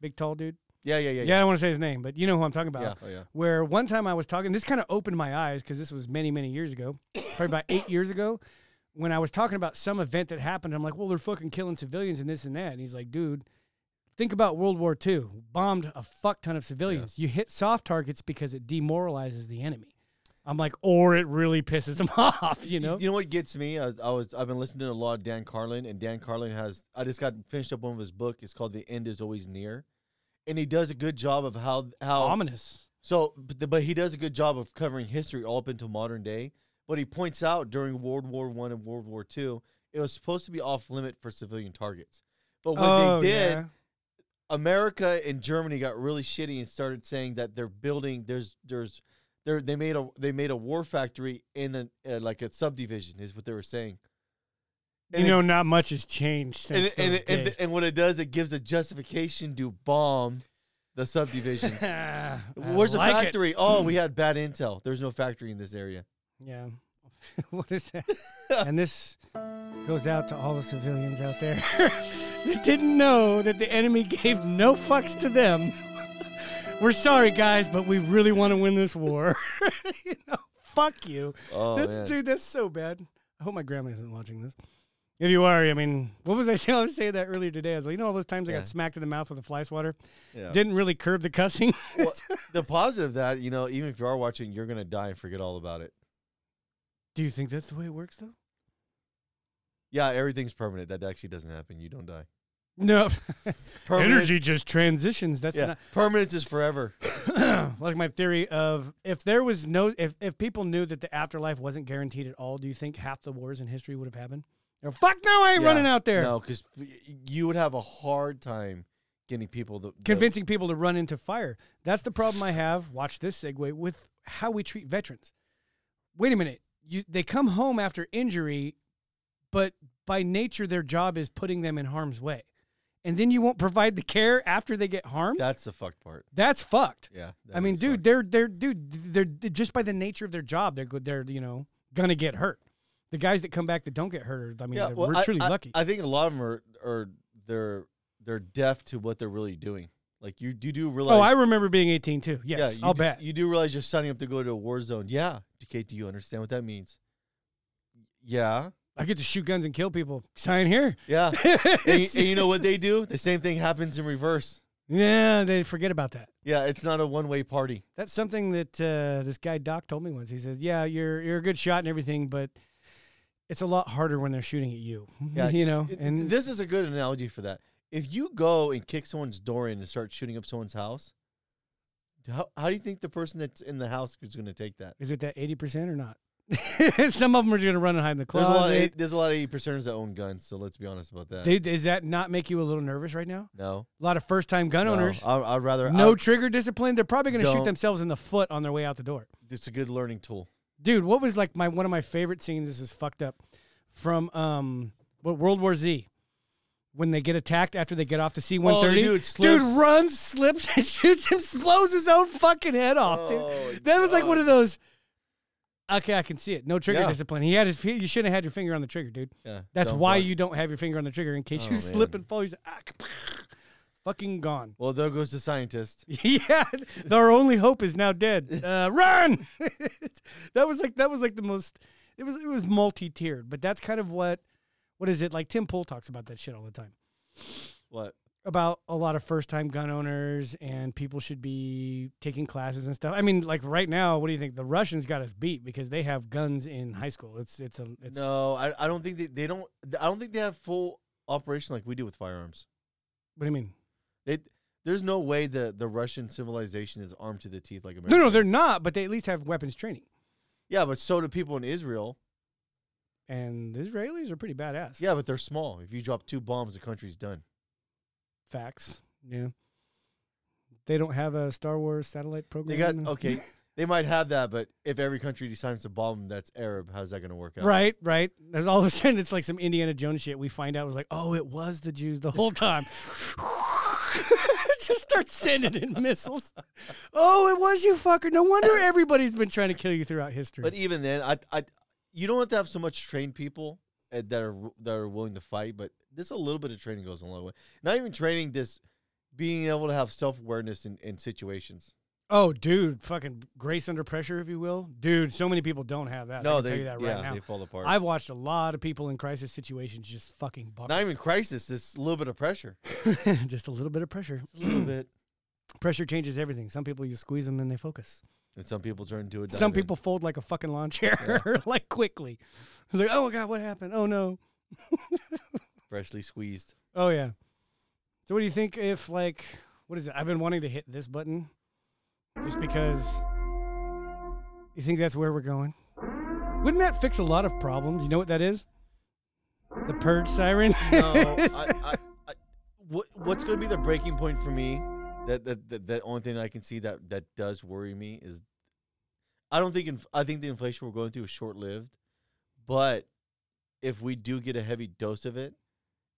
big tall dude. yeah, yeah, yeah, Yeah, yeah. I don't want to say his name, but you know who I'm talking about. Yeah, oh, yeah. Where one time I was talking, this kind of opened my eyes because this was many, many years ago, probably about eight years ago, when I was talking about some event that happened. I'm like, well, they're fucking killing civilians and this and that. And he's like, dude, think about World War II. Bombed a fuck ton of civilians. You hit soft targets because it demoralizes the enemy. I'm like, or it really pisses him off, you know? You know what gets me? I was, I was I've been listening to a lot of Dan Carlin, and Dan Carlin has I just got finished up one of his book. It's called "The End Is Always Near," and he does a good job of how how Ominous. so. But, the- but he does a good job of covering history all up until modern day. But he points out during World War One and World War Two, it was supposed to be off limit for civilian targets. But what they did, yeah. America and Germany got really shitty and started saying that they're building there's there's they they made a they made a war factory in a, uh like a subdivision is what they were saying. And you it- know, not much has changed since and and, those and, and days. what it does it gives a justification to bomb the subdivisions. I Where's the like it. factory? Oh, we had bad intel. There's no factory in this area. Yeah. what is that? and this goes out to all the civilians out there that didn't know that the enemy gave no fucks to them. We're sorry, guys, but we really want to win this war. you know, fuck you. Oh that's, man. Dude, that's so bad. I hope my grandma isn't watching this. If you are, I mean, what was I saying? I was saying that earlier today. I was like, you know, all those times I Yeah. got smacked in the mouth with a fly swatter? Yeah. Didn't really curb the cussing. Well, the positive of that you know even if you are watching you're gonna die and forget all about it. Do you think that's the way it works, though? Yeah, everything's permanent. That actually doesn't happen. You don't die. No. Permanent- Energy just transitions. That's Yeah, not. permanence is forever. like my theory of if there was no if if people knew that the afterlife wasn't guaranteed at all, do you think half the wars in history would have happened? They're, Fuck no, I ain't Yeah. running out there No, because you would have a hard time getting people to convincing people to run into fire. That's the problem I have. Watch this segue with how we treat veterans. Wait a minute, you they come home after injury, but by nature their job is putting them in harm's way, and then you won't provide the care after they get harmed. That's the fucked part. That's fucked. Yeah. that I mean, is dude, fucked. they're they're dude, they're, they're just by the nature of their job, they're good. They're you know gonna get hurt. The guys that come back that don't get hurt, are, I mean, yeah, they're- well, we're I- truly I, lucky. I think a lot of them are, are they're they're deaf to what they're really doing. Like you, you do realize. oh, I remember being 18 too. yeah, Yes, you I'll do, bet. you do realize you're signing up to go to a war zone. Yeah, DK, do you understand what that means? Yeah, I get to shoot guns and kill people. Sign here. yeah. and, you- and you know what they do? The same thing happens in reverse. yeah, they forget about that. Yeah, it's not a one way party. That's something that uh, this guy Doc told me once. He says, "Yeah, you're you're a good shot and everything, but it's a lot harder when they're shooting at you. Yeah, you know, Th- and this is a good analogy for that. If you go and kick someone's door in and start shooting up someone's house, d- how, how do you think the person that's in the house is going to take that? is it that 80 percent or not? Some of them are gonna run and hide in the There's closet. a lot. Of, eight- there's a lot of eighty percenters that own guns, so let's be honest about that. Dude, does that not make you a little nervous right now? no, A lot of first time gun no, owners, I, I'd rather. no I- trigger discipline. They're probably going to shoot Don't. themselves in the foot on their way out the door. it's a good learning tool. Dude, what was like my one of my favorite scenes? This is fucked up from um what World War Z. When they get attacked after they get off the C one Oh, the thirty, dude dude slips. runs, slips, and shoots him, blows his own fucking head off, Oh, dude. That was like one of those. Okay, I can see it. No trigger Yeah. discipline. He had his. He, you shouldn't have had your finger on the trigger, dude. Yeah, That's dumb why fuck. you don't have your finger on the trigger in case Oh, you slip man. and fall. He's ah, fucking gone. Well, there goes the scientist. yeah, our only hope is now dead. Uh, run! that was like that was like the most. It was it was multi tiered, but that's kind of what what is it like? Tim Pool talks about that shit all the time What? about a lot of first time gun owners and people should be taking classes and stuff. I mean, like right now, what do you think? The Russians got us beat because they have guns in high school. It's it's a it's No, I, I don't think they, they don't. I don't think they have full operation like we do with firearms. what do you mean? They, there's no way the, the Russian civilization is armed to the teeth like America. No, no, they're is. not. But they at least have weapons training, Yeah, but so do people in Israel. and the Israelis are pretty badass. Yeah, but they're small. If you drop two bombs, the country's done. Facts. Yeah. They don't have a Star Wars satellite They program. got okay. They might have that, but if every country decides to bomb that's Arab, how's that going to work out? Right, right. There's all of a sudden it's like some Indiana Jones shit. We find out it was like, oh, it was the Jews the whole time. Just start sending in missiles. Oh, it was you, fucker. No wonder everybody's been trying to kill you throughout history. But even then, I, I, you don't have to have so much trained people uh, that are that are willing to fight. But this a little bit of training goes a long way. Not even training this, being able to have self awareness in, in situations. oh, dude, fucking grace under pressure, if you will. Dude, so many people don't have that. I no, can they tell you that yeah right now. they fall apart. I've watched a lot of people in crisis situations just fucking Not buckle. even crisis. This little bit of pressure. just a little bit of pressure. A little bit. pressure changes everything. Some people you squeeze them and they focus. And some people turn into a Some diamond. people fold like a fucking lawn chair, like quickly. It's like, oh my god, what happened? Oh no. freshly squeezed. Oh yeah. So what do you think if like what is it? I've been wanting to hit this button just because you think that's where we're going. Wouldn't that fix a lot of problems? You know what that is? The purge siren. No, Um, I, I, I, what, what's going to be the breaking point for me? That that, that that only thing I can see that that does worry me is, I don't think inf- I think the inflation we're going through is short lived, but if we do get a heavy dose of it,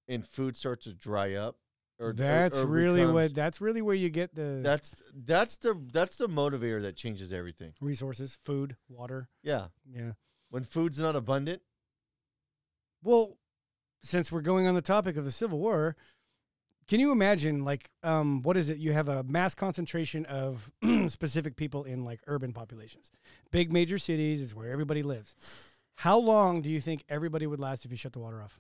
and food starts to dry up, or or- that's or really what. becomes- That's really where you get the that's that's the that's the motivator that changes everything. resources, food, water. Yeah, Yeah. when food's not abundant, Well, since we're going on the topic of the Civil War, can you imagine like um, what is it? You have a mass concentration of specific people in like urban populations, big major cities is where everybody lives. How long do you think everybody would last if you shut the water off?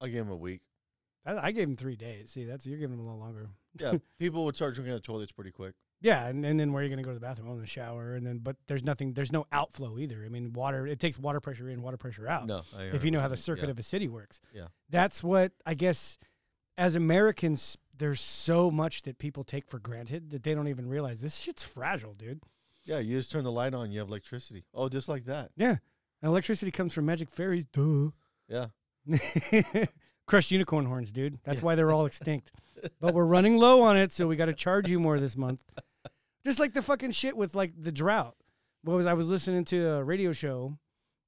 I give them a week. I, I gave them three days. See, that's you're giving them a little longer. Yeah, people would start drinking out of toilets pretty quick. Yeah, and, and then where are you going to go to the bathroom? Oh, in the shower, and then but there's nothing. There's no outflow either. I mean, water it takes water pressure in, water pressure out. No, I if you know how the 100%, circuit yeah. of a city works. Yeah. That's what I guess as Americans, there's so much that people take for granted that they don't even realize this shit's fragile, dude. Yeah, you just turn the light on, you have electricity. Oh, just like that. Yeah. And electricity comes from magic fairies, duh. Yeah. Crushed unicorn horns, dude. That's why they're all extinct. But we're running low on it, so we got to charge you more this month. Just like the fucking shit with like the drought. What was I was listening to a radio show,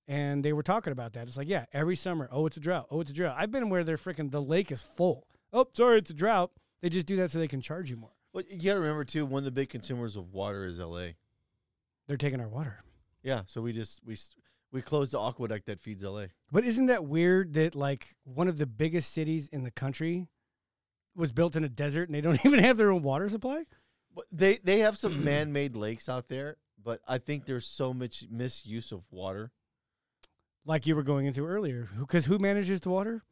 and they were talking about that. It's like, yeah, every summer, oh, it's a drought. Oh, it's a drought. I've been where they're freaking the lake is full. Oh, sorry, it's a drought. They just do that so they can charge you more. But you gotta remember too, one of the big consumers of water is LA. They're taking our water. Yeah, so we just we s- we closed the aqueduct that feeds LA. But isn't that weird that like one of the biggest cities in the country was built in a desert and they don't even have their own water supply? But they they have some man-made lakes out there, but I think there's so much misuse of water. like you were going into earlier. Because who manages the water?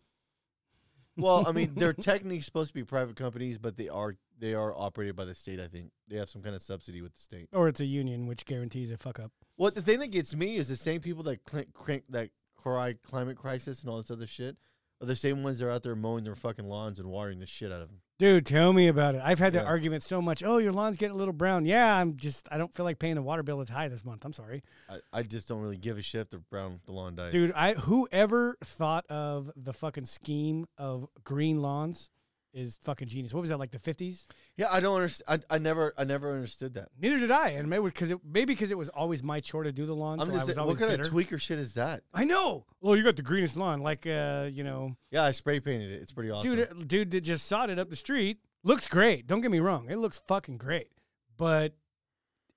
Well, I mean, they're technically supposed to be private companies, but they are they are operated by the state. I think they have some kind of subsidy with the state. Or it's a union, which guarantees a fuck up. Well, the thing that gets me is the same people that cl- crank that cry climate crisis and all this other shit are the same ones that are out there mowing their fucking lawns and watering the shit out of them. Dude, tell me about it. I've had that Yeah. argument so much. Oh, your lawn's getting a little brown. Yeah, I'm just, I don't feel like paying a water bill that's high this month. I'm sorry. I, I just don't really give a shit if the brown the lawn dies. Dude, I whoever thought of the fucking scheme of green lawns is fucking genius. What was that, like the 50s? Yeah, I don't understand. I, I never I never understood that. Neither did I. And maybe because it, maybe 'cause it was always my chore to do the lawn. I'm so I just was saying, always what kind bitter. of tweaker shit is that? I know. Well, you got the greenest lawn. Like, uh, you know, Yeah, I spray painted it. It's pretty awesome. dude, uh, dude that just sawed it up the street looks great. Don't get me wrong, it looks fucking great, but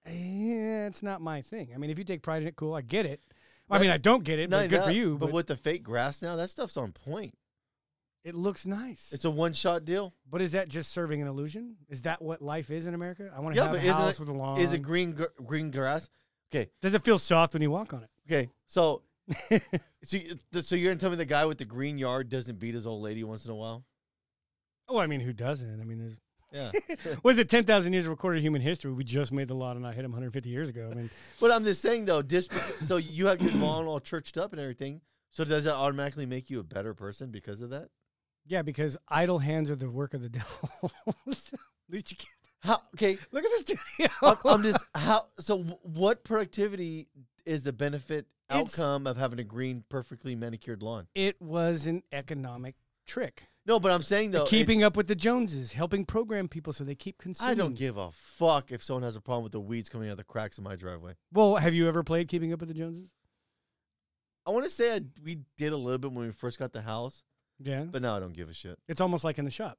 eh, it's not my thing. I mean, if you take pride in it, cool, I get it. I But- mean, I don't get it, Not but only good for that, you. But, But, with the fake grass now, that stuff's on point. it looks nice. It's a one shot deal. but is that just serving an illusion? Is that what life is in America? I want to Yeah, have but a isn't house it, with a lawn. is it green gr- green grass? Okay, Does it feel soft when you walk on it? okay. So, so, you- th- so you're gonna tell me the guy with the green yard doesn't beat his old lady once in a while? Oh, I mean, who doesn't? I mean, there's. Yeah. Was it ten thousand years of recorded human history? We just made the law, and I hit him 150 years ago. I mean, but I'm just saying though, just bec- so you have your lawn all churched up and everything. So does that automatically make you a better person because of that? yeah, because idle hands are the work of the devil. At least you can't- How? Okay. Look at this studio. I'm, I'm just how so wh- what productivity is the benefit It's- outcome of having a green perfectly manicured lawn it was an economic trick. no but i'm saying though it- Keeping up with the Joneses, helping program people so they keep consuming. i don't give a fuck if someone has a problem with the weeds coming out of the cracks in my driveway Well, have you ever played Keeping Up with the Joneses? i want to say I, we did a little bit when we first got the house Yeah. but now i don't give a shit It's almost like in the shop.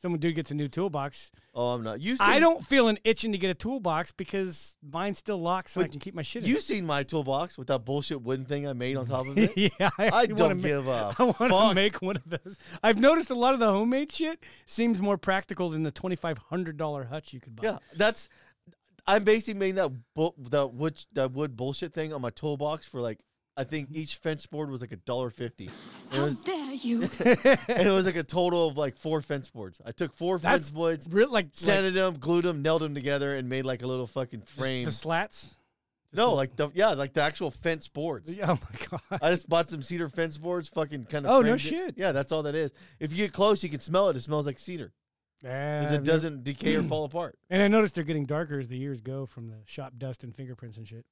Someone dude gets a new toolbox. oh i'm not you seen, I don't feel an itching to get a toolbox because mine's still locked, so I But can keep my shit. in you it. seen my toolbox with that bullshit wooden thing i made on top of it yeah, I, i actually wanna don't ma- give a I want to fuck make one of those. I've noticed a lot of the homemade shit seems more practical than the twenty five hundred dollar hutch you could buy. yeah that's i'm basically making that bu- that wood that wood bullshit thing on my toolbox for like I think each fence board was like a dollar fifty. It How was, dare you? and it was like a total of like four fence boards. I took four That's fence boards, Real like, like sanded them, glued them, nailed them together, and made like a little fucking frame. the slats. no, like the yeah, like the actual fence boards. Yeah, Oh my god. I just bought some cedar fence boards, fucking kind of. Oh, no shit. Yeah, that's all that is. If you get close, you can smell it. It smells like cedar because Yeah, it doesn't decay or fall apart. And I noticed they're getting darker as the years go from the shop dust and fingerprints and shit.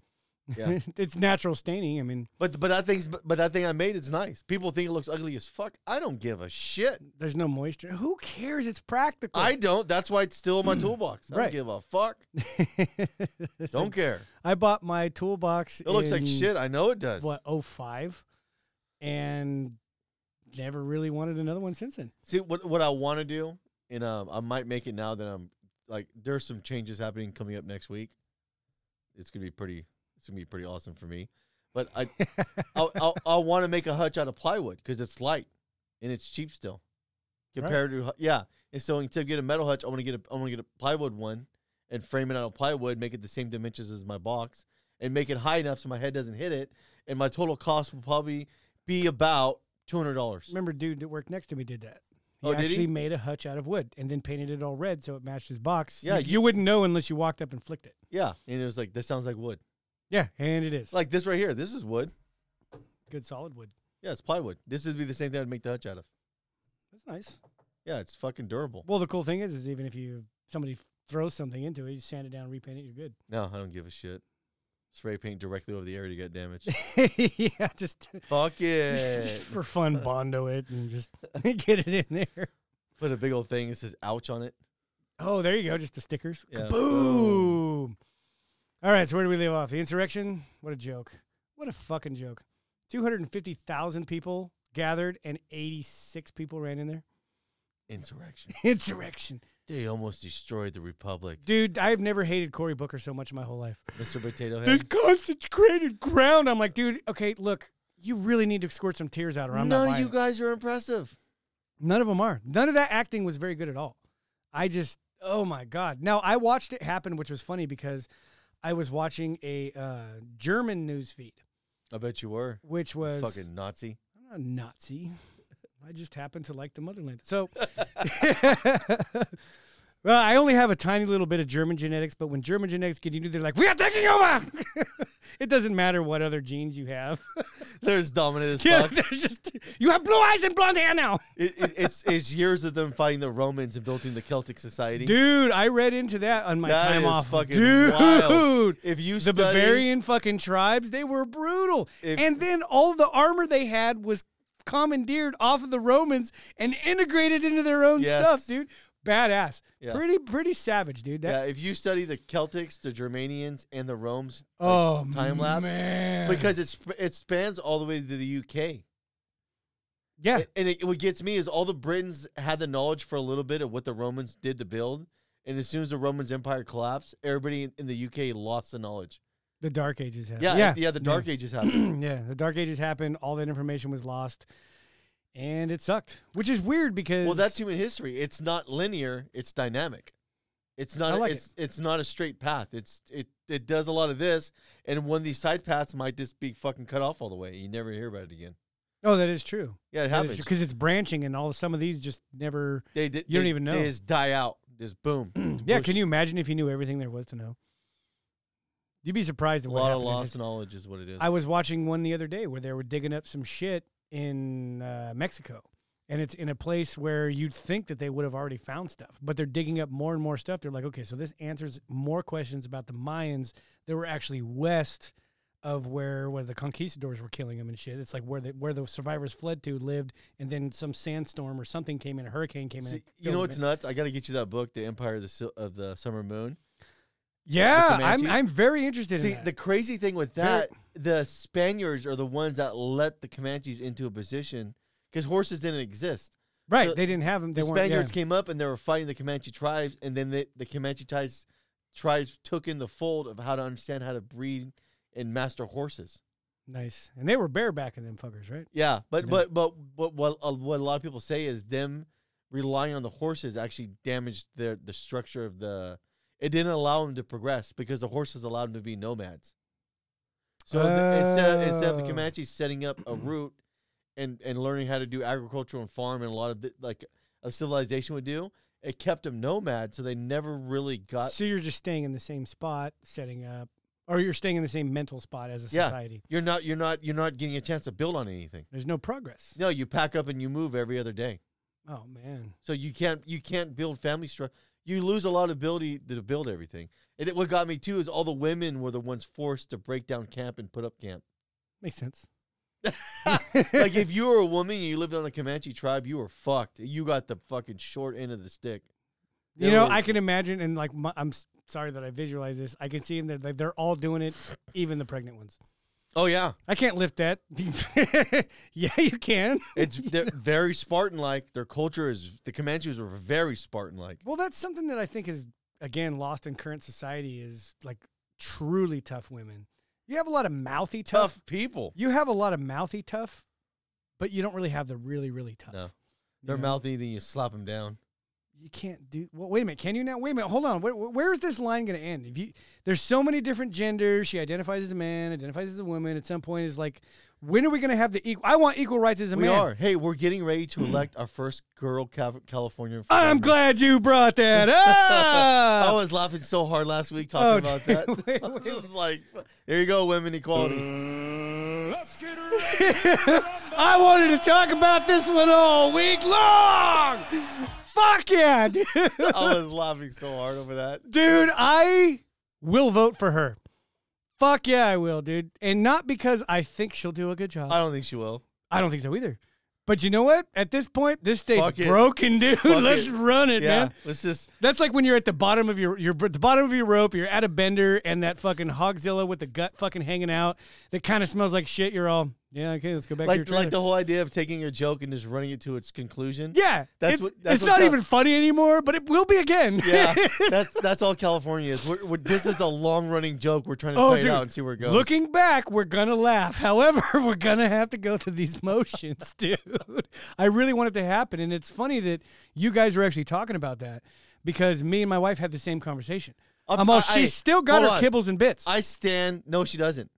Yeah. it's natural staining. I mean, But but that thing's but that thing I made is nice. People think it looks ugly as fuck. I don't give a shit. there's no moisture. Who cares? It's practical. I don't. That's why it's still in my toolbox. I don't Right. give a fuck. Don't care. I bought my toolbox. It looks like in, shit. I know it does. What 05 and never really wanted another one since then. See what what I want to do, and um, I might make it now that I'm like there's some changes happening coming up next week. It's gonna be pretty. It's gonna be pretty awesome for me. But I I I, I want to make a hutch out of plywood because it's light and it's cheap still Right. compared to hu- yeah. And so instead of getting a metal hutch, I want to get a I want to get a plywood one and frame it out of plywood, make it the same dimensions as my box, and make it high enough so my head doesn't hit it. And my total cost will probably be about two hundred dollars. Remember, dude that worked next to me did that. He Oh, did actually he? made a hutch out of wood and then painted it all red so it matched his box. Yeah, you, you wouldn't know unless you walked up and flicked it. Yeah, and it was like that sounds like wood. Yeah, and it is Like this right here. This is wood. good solid wood. Yeah, it's plywood. This would be the same thing I'd make the hutch out of. That's nice. Yeah, it's fucking durable. Well, the cool thing is, is even if you somebody throws something into it, you sand it down, repaint it, you're good. No, I don't give a shit. Spray paint directly over the area to get damaged. yeah, just Fuck just it. for fun, bondo it and just get it in there. Put a big old thing that says ouch on it. Oh, there you go, just the stickers. Yeah, Boom. All right, so where do we leave off? The insurrection. What a joke. What a fucking joke. Two hundred and fifty thousand people gathered, and eighty-six people ran in there. Insurrection. Insurrection, They almost destroyed the Republic. dude. I've never hated Cory Booker so much in my whole life. Mr. Potato There's Head. consecrated ground. I'm like, dude, okay, look, you really need to squirt some tears out, or I'm None not of you buying it. guys are impressive. None of them are. None of that acting was very good at all. I just, oh my god. Now I watched it happen, which was funny because I was watching a uh, German news feed, I bet you were. which was Fucking Nazi. I'm not a Nazi. I just happen to like the motherland. So, well, I only have a tiny little bit of German genetics, but when German genetics get into, they're like, "We are taking over." it doesn't matter what other genes you have. They're as dominant as Yeah, fuck. they're just you have blue eyes and blonde hair now. It, it, it's, it's years of them fighting the Romans and building the Celtic society. Dude, I read into that on my That time is off. fucking Dude, wild. If you the study- Bavarian fucking tribes, they were brutal. If- and then all the armor they had was commandeered off of the Romans and integrated into their own Yes. stuff, dude. Badass. Yeah. Pretty pretty savage, dude. That yeah, Uh, if you study the Celtics, the Germanians, and the Rome's like, oh time lapse, man. because it's it spans all the way to the UK. yeah, A- And it, what gets me is all the Britons had the knowledge for a little bit of what the Romans did to build, and as soon as the Romans Empire collapsed, everybody in, in the UK lost the knowledge. the Dark Ages happened. Yeah, yeah, yeah the Dark Ages Ages. happened. yeah, the Dark Ages happened. All that information was lost, and it sucked. Which is weird because well, that's human history. It's not linear. It's dynamic. It's not. I like it's it's not a straight path. It's it it does a lot of this, and one of these side paths might just be fucking cut off all the way. You never hear about it again. oh, that is true. Yeah, it happens. because it's branching, and all some of these just never. They did. You don't they- even know. They just die out. Just boom. Yeah, can you imagine if you knew everything there was to know? You'd be surprised A at what lot of happened in lost history. knowledge is what it is. I was watching one the other day where they were digging up some shit in uh, Mexico, and it's in a place where you'd think that they would have already found stuff, but they're digging up more and more stuff. They're like, okay, so this answers more questions about the Mayans that were actually west of where where the conquistadors were killing them and shit. It's like where the where the survivors fled to, lived, and then some sandstorm or something came in, a hurricane came in. See, and you killed know them. what's nuts? I got to get you that book, The Empire of the Sil- of the Summer Moon. yeah, I'm Comanche? I'm very interested See, in that. the crazy thing with They're- that, the Spaniards are the ones that let the Comanches into a position because horses didn't exist. Right, So they didn't have them. They the weren't. Spaniards yeah. came up and they were fighting the Comanche tribes, and then the, the Comanche tribes tribes took in the fold of how to understand how to breed and master horses. nice, and they were barebacking them fuckers, right? Yeah, but Yeah. but but what what a, what a lot of people say is them relying on the horses actually damaged their the structure of the. It didn't allow them to progress because the horses allowed them to be nomads. So th- instead, of, instead of the Oh. Comanches setting up a route and, and learning how to do agriculture and farm and a lot of th- like a civilization would do, it kept them nomad. So they never really got. so you're just staying in the same spot, setting up, or you're staying in the same mental spot as a Yeah. society. You're not. You're not. You're not getting a chance to build on anything. There's no progress. No, you pack up and you move every other day. Oh man, So you can't you can't build family structure. You lose a lot of ability to build everything. And it, what got me too is all the women were the ones forced to break down camp and put up camp. makes sense. like if you were a woman and you lived on a Comanche tribe, you were fucked. You got the fucking short end of the stick. You They know, were- I can imagine, and like, my, I'm s- sorry that I visualize this. I can see them. They're, like, they're all doing it, even the pregnant ones. oh yeah, I can't lift that. yeah, you can. it's they're very Spartan like. Their culture is the Comanches were very Spartan like. Well, that's something that I think is again lost in current society is like truly tough women. You have a lot of mouthy tough. Tough people. You have a lot of mouthy tough, but you don't really have the really really tough. No. You They're know? mouthy, then you slap them down. You can't do. Well, wait a minute. Can you now? Wait a minute. Hold on. Where, where is this line going to end? If you, there's so many different genders. She identifies as a man, identifies as a woman. At some point, is like, when are we going to have the equal? I want equal rights as a we man. are. Hey, we're getting ready to elect our first girl Cal- California. governor. I'm glad you brought that I up. was laughing so hard last week talking Oh, about that. wait, I was just like, there you go, women equality. Mm. Let's get ready. I wanted to talk about this one all week long. Fuck yeah, dude. I was laughing so hard over that. dude, I will vote for her. Fuck yeah, I will, dude. And not because I think she'll do a good job. I don't think she will. I don't think so either. But you know what? At this point, this Fuck state's it. broken, dude. Let's it. run it, Yeah, man. let's just. That's like when you're at the bottom of your, your at the bottom of your rope. You're at a bender, and that fucking hogzilla with the gut fucking hanging out. That kind of smells like shit. You're all yeah. Okay, let's go back to your Like, trailer. like the whole idea of taking a joke and just running it to its conclusion. yeah, That's it's, what- that's it's what's not up. even funny anymore, but it will be again. Yeah, that's that's all California is. We're, we're, this is a long running joke. We're trying to Oh, play dude. it out and see where it goes. Looking back, we're gonna laugh. However, we're gonna have to go through these motions, dude. I really want it to happen, and it's funny that you guys are actually talking about that because me and my wife had the same conversation. I'll- I'm, all, I- she's I- still got her hold on. kibbles and bits. I stand. No, she doesn't.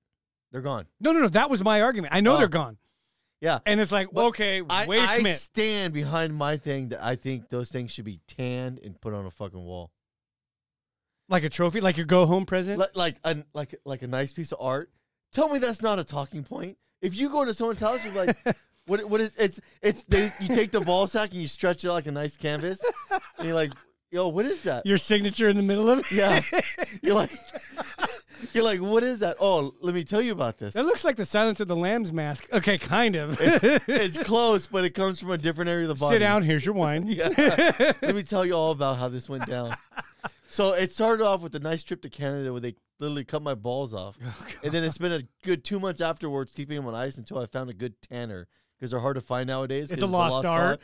They're gone. no, no, no. That was my argument. I know Oh. they're gone, Yeah. and it's like, okay, I, wait I a minute. stand behind my thing that I think those things should be tanned and put on a fucking wall. like a trophy, like your go home present. Li- like a like like a nice piece of art. Tell me that's not a talking point. If you go into someone's house, you're like, what? What is? It's it's they. You take the ball sack and you stretch it like a nice canvas, and you're like, yo, what is that? your signature in the middle of it. yeah, you're like, you're like, what is that? Oh, let me tell you about this. That looks like the Silence of the Lambs mask. Okay, kind of. It's close, but it comes from a different area of the body. Sit down. Here's your wine. Let me tell you all about how this went down. So it started off with a nice trip to Canada where they literally cut my balls off. Oh, and then it's been a good two months afterwards keeping them on ice until I found a good tanner because they're hard to find nowadays. 'cause It's a lost art.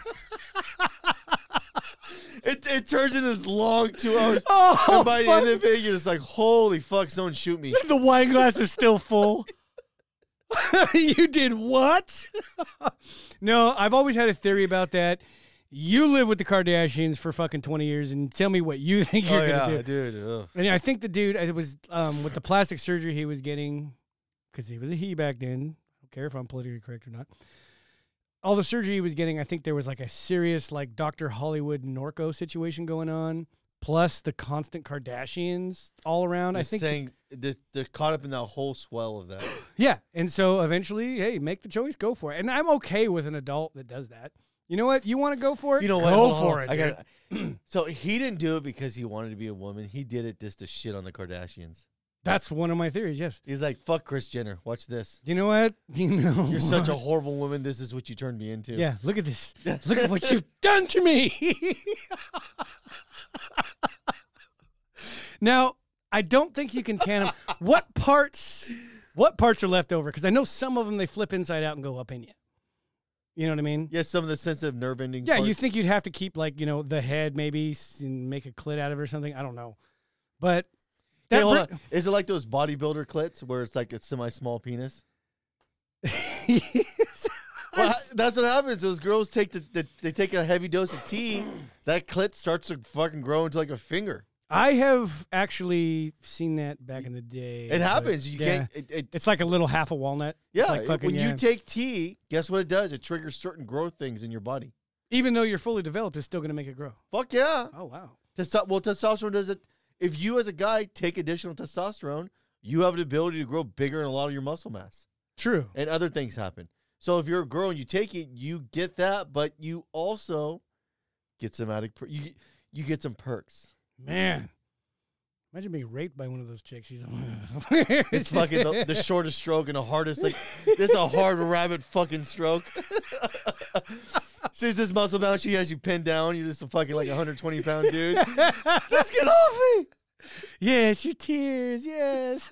it, it turns into this long two hours. Oh, and by the fuck. end of it, you're just like, holy fuck, someone shoot me. The wine glass is still full. you did what? no, I've always had a theory about that. You live with the Kardashians for fucking 20 years and tell me what you think you're oh, going to yeah, do. dude. ugh. And I think the dude, it was um, with the plastic surgery he was getting, because he was a he back then. I don't care if I'm politically correct or not. All the surgery he was getting, I think there was like a serious, like Dr. Hollywood Norco situation going on, plus the constant Kardashians all around. I Just think saying they're, they're caught up in that whole swell of that. Yeah. And so eventually, hey, make the choice, go for it. And I'm okay with an adult that does that. You know what? You want to go for it? You know go what? Hold on, for hold on. it. I dude. gotta- so he didn't do it because he wanted to be a woman. He did it just to shit on the Kardashians. That's one of my theories. Yes. He's like, "Fuck Chris Jenner. Watch this. You know what? You know. You're such a what? horrible woman. This is what you turned me into." Yeah. Look at this. Look at what you've done to me. now, I don't think you can tan them. What parts? What parts are left over? Because I know some of them they flip inside out and go up in you. You know what I mean? Yeah. Some of the sensitive nerve ending. Yeah, you parts. think you'd have to keep like you know the head maybe s- and make a clit out of it or something. I don't know, but Hey, that hold br- on. Is it like those bodybuilder clits where it's like a semi-small penis? Well, ha- that's what happens. Those girls take the, the they take a heavy dose of tea. That clit starts to fucking grow into like a finger. I have actually seen that back in the day. It but happens. You yeah. can't. It, it, It's like a little half a walnut. yeah. It's like it- fucking, when yeah. you take tea, guess what it does? It triggers certain growth things in your body. Even though you're fully developed, it's still going to make it grow. Fuck yeah. Oh, wow. Testo- well, testosterone does it. If you as a guy take additional testosterone, you have the ability to grow bigger in a lot of your muscle mass, True. and other things happen. So if you're a girl and you take it, you get that, but you also get some added. Per- you you get some perks. Man. Imagine being raped by one of those chicks. He's It's fucking the, the shortest stroke and the hardest. Like this is a hard rabbit fucking stroke. She's this muscle bound. She has you pinned down. You're just a fucking like 120 pound dude. Let's get off me. Yes, your tears. Yes.